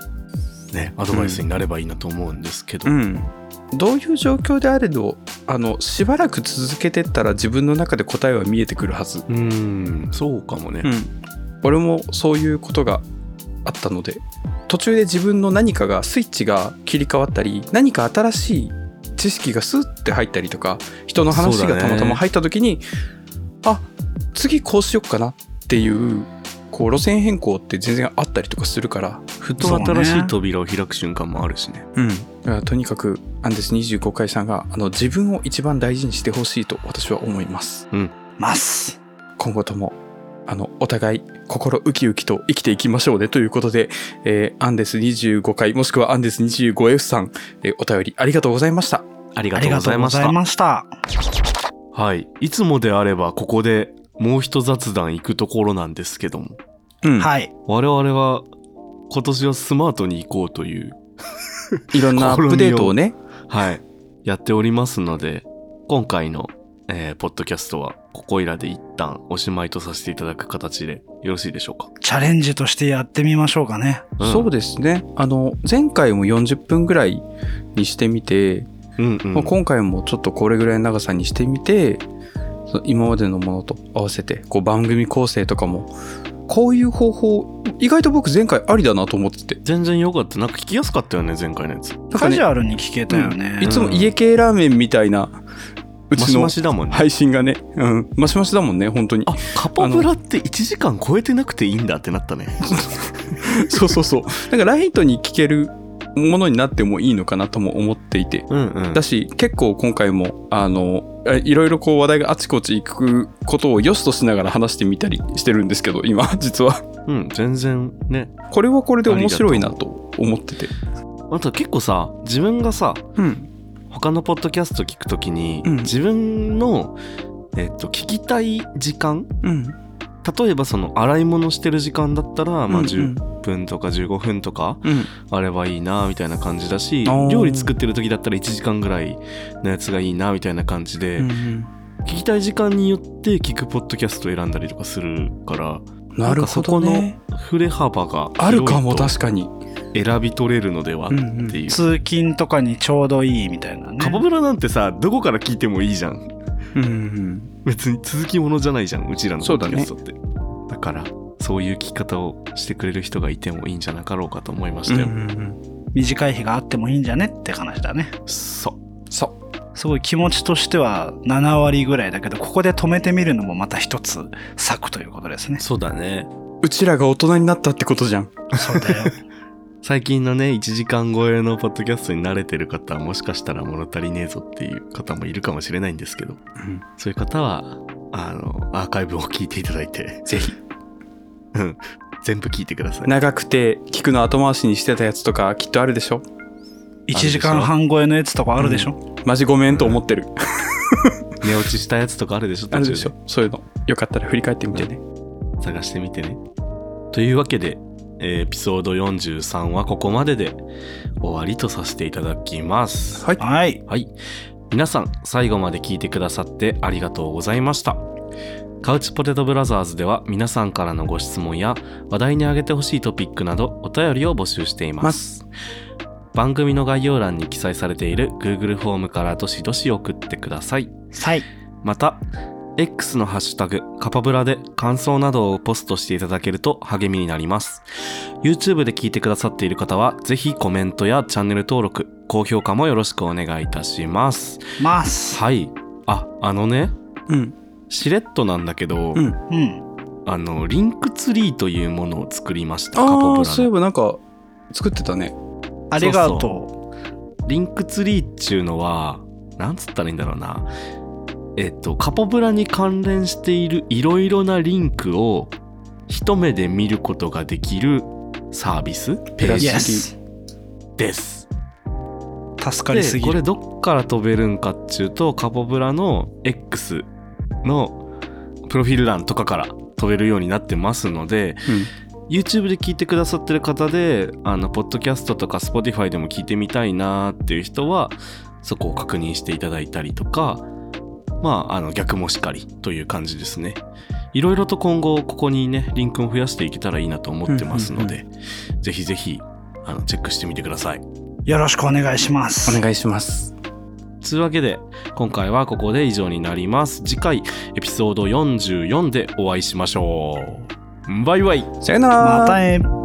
S1: ねアドバイスになればいいなと思うんですけど、
S2: うん、どういう状況であれどあのしばらく続けてったら自分の中で答えは見えてくるはず、
S1: うんそうかもね、
S2: うん、俺もそういうことがあったので途中で自分の何かがスイッチが切り替わったり何か新しい知識がスッて入ったりとか人の話
S1: そうだ
S2: が
S1: ね
S2: たまたま入った時に、あ次こうしよっかなっていうこう路線変更って全然あったりとかするから、
S1: ふと新しい扉を開く瞬間もあるしね
S2: だからとにかくアンデス25回さんがあの自分を一番大事にしてほしいと私は思います
S3: ます
S2: 今後ともあの、お互い心ウキウキと生きていきましょうねということで、えーアンデス25回もしくはアンデス 25F さん、えーお便りありがとうございました。
S1: あり
S3: あ
S1: がとうご
S3: りがと
S1: ざいう
S3: ご
S1: まし
S3: ざ
S1: た
S3: いました。
S1: はいいつもであればここでもう一雑談行くところなんですけども
S2: うん。
S3: はい。
S1: 我々は今年はスマートに行こうという
S2: いろんなアップデートをね。
S1: はい。やっておりますので、今回の、えーポッドキャストは、ここいらで一旦おしまいとさせていただく形でよろしいでしょうか。
S3: チャレンジとしてやってみましょうかね。
S1: ん
S2: そうですね。あの、前回も40分ぐらいにしてみて、
S1: うんうん。
S2: まあ今回もちょっとこれぐらいの長さにしてみて、その今までのものと合わせて、こう番組構成とかも、こういう方法、意外と僕前回ありだなと思ってて。
S1: 全然良かった。なんか聞きやすかったよね、前回のやつ。
S2: なんか
S3: カ
S2: ね
S3: ジュアルに聞けたよね。
S2: うんいつも家系ラーメンみたいな、う
S1: マ
S2: ち
S1: シ
S2: の
S1: マシだもんね。
S2: 配信がね、うん、マシマシだもんね、本当に。
S1: あ、カポブラって1時間超えてなくていいんだってなったね。
S2: そうそうそう。なんかライトに聞けるものになってもいいのかなとも思っていて。
S1: うんうん
S2: だ。し結構今回もあのえいろいろこう話題があちこち行くことを良しとしながら話してみたりしてるんですけど今 実は
S1: うん、全然ね。
S2: これはこれで面白いなと思ってて
S1: あと結構さ、自分がさ、
S2: うん
S1: 他のポッドキャスト聞くときに、
S2: うん
S1: 自分の、えっと、聞きたい時間
S2: うん
S1: 例えばその洗い物してる時間だったら、まあ、
S2: うん
S1: 10分とか15分とか
S2: うん
S1: あればいいなみたいな感じだし
S2: あー
S1: 料理作ってる時だったら1時間ぐらいのやつがいいなみたいな感じで、
S2: うん
S1: 聞きたい時間によって聞くポッドキャストを選んだりとかするから
S2: なるほどね
S1: そこの触れ幅が
S2: あるかも
S1: 広
S2: 確かに
S1: いと選び取れるのではっ
S2: う
S1: て
S2: ん
S1: いう、
S2: うん
S3: 通勤とかにちょうどいいみたいなね。
S1: カポブラなんてさどこから聞いてもいいじゃん
S2: うんうん
S1: 別に続きものじゃないじゃんうちらのポ
S2: そ
S1: ッド
S2: うだ
S1: キ
S2: ね
S1: ャストってだ,、からそういう聞き方をしてくれる人がいてもいいんじゃなかろうかと思いましたよ、
S2: うんうん
S3: 短い日があってもいいんじゃねって話だね。
S1: そう
S2: そう
S3: すごい気持ちとしては7割ぐらいだけど、ここで止めてみるのもまた一つ策ということですね。
S1: そうだね
S2: うちらが大人になったってことじゃん
S3: そうだ よ。
S1: 最近のね1時間超えのポッドキャストに慣れてる方はもしかしたら物足りねえぞっていう方もいるかもしれないんですけどそういう方はあのアーカイブを聞いていただいて
S2: ぜひ
S1: うん全部聞いてください
S2: 長くて聞くの後回しにしてたやつとかきっとあるでしょ
S3: 1時間半超えのやつとかあるでしょ、
S2: マジごめんと思ってる
S1: 寝落ちしたやつとかあるでしょ
S2: あるでし
S1: 途中
S2: ょそういうのよかったら振り返ってみてね
S1: 探してみてね。というわけで、えーエピソード43はここまでで終わりとさせていただきます。
S2: はい
S3: はい。
S1: はい。皆さん、最後まで聞いてくださってありがとうございました。カウチポテトブラザーズでは皆さんからのご質問や話題に挙げてほしいトピックなどお便りを募集しています。番組の概要欄に記載されている Google フォームからどしどし送ってください。
S3: はい。
S1: また X のハッシュタグカパブラで感想などをポストしていただけると励みになります YouTube で聞いてくださっている方はぜひコメントやチャンネル登録高評価もよろしくお願いいたします
S3: ます。
S1: はいああのね
S2: うん
S1: しれっとなんだけど、
S2: うん
S3: うん。
S1: あのリンクツリーというものを作りましたカパブ
S2: あ
S1: ラ
S2: あそういえ
S1: の
S2: ばなんか作ってたね
S3: ありがとう。
S1: リンクツリーっちゅうのはなんつったらいいんだろうなえっとカポブラに関連しているいろいろなリンクを一目で見ることができるサービスペー
S2: ラ
S1: ジ
S2: ジ
S3: Yes
S1: です。
S3: 助かりす
S1: で
S3: ぎ
S1: こ
S3: る。
S1: れどっから飛べるんかっちゅうとカポブラの X のプロフィール欄とかから飛べるようになってますので、YouTube で聞いてくださってる方であのポッドキャストとか Spotify でも聞いてみたいなーっていう人はそこを確認していただいたりとかまああの逆もしかりという感じですねいろいろと今後ここにねリンクを増やしていけたらいいなと思ってますので、ぜひぜひあのチェックしてみてください
S3: よろしくお願いします。
S2: お願いします
S1: というわけで今回はここで以上になります次回エピソード44でお会いしましょうバイバイ
S2: さよなら
S3: またね。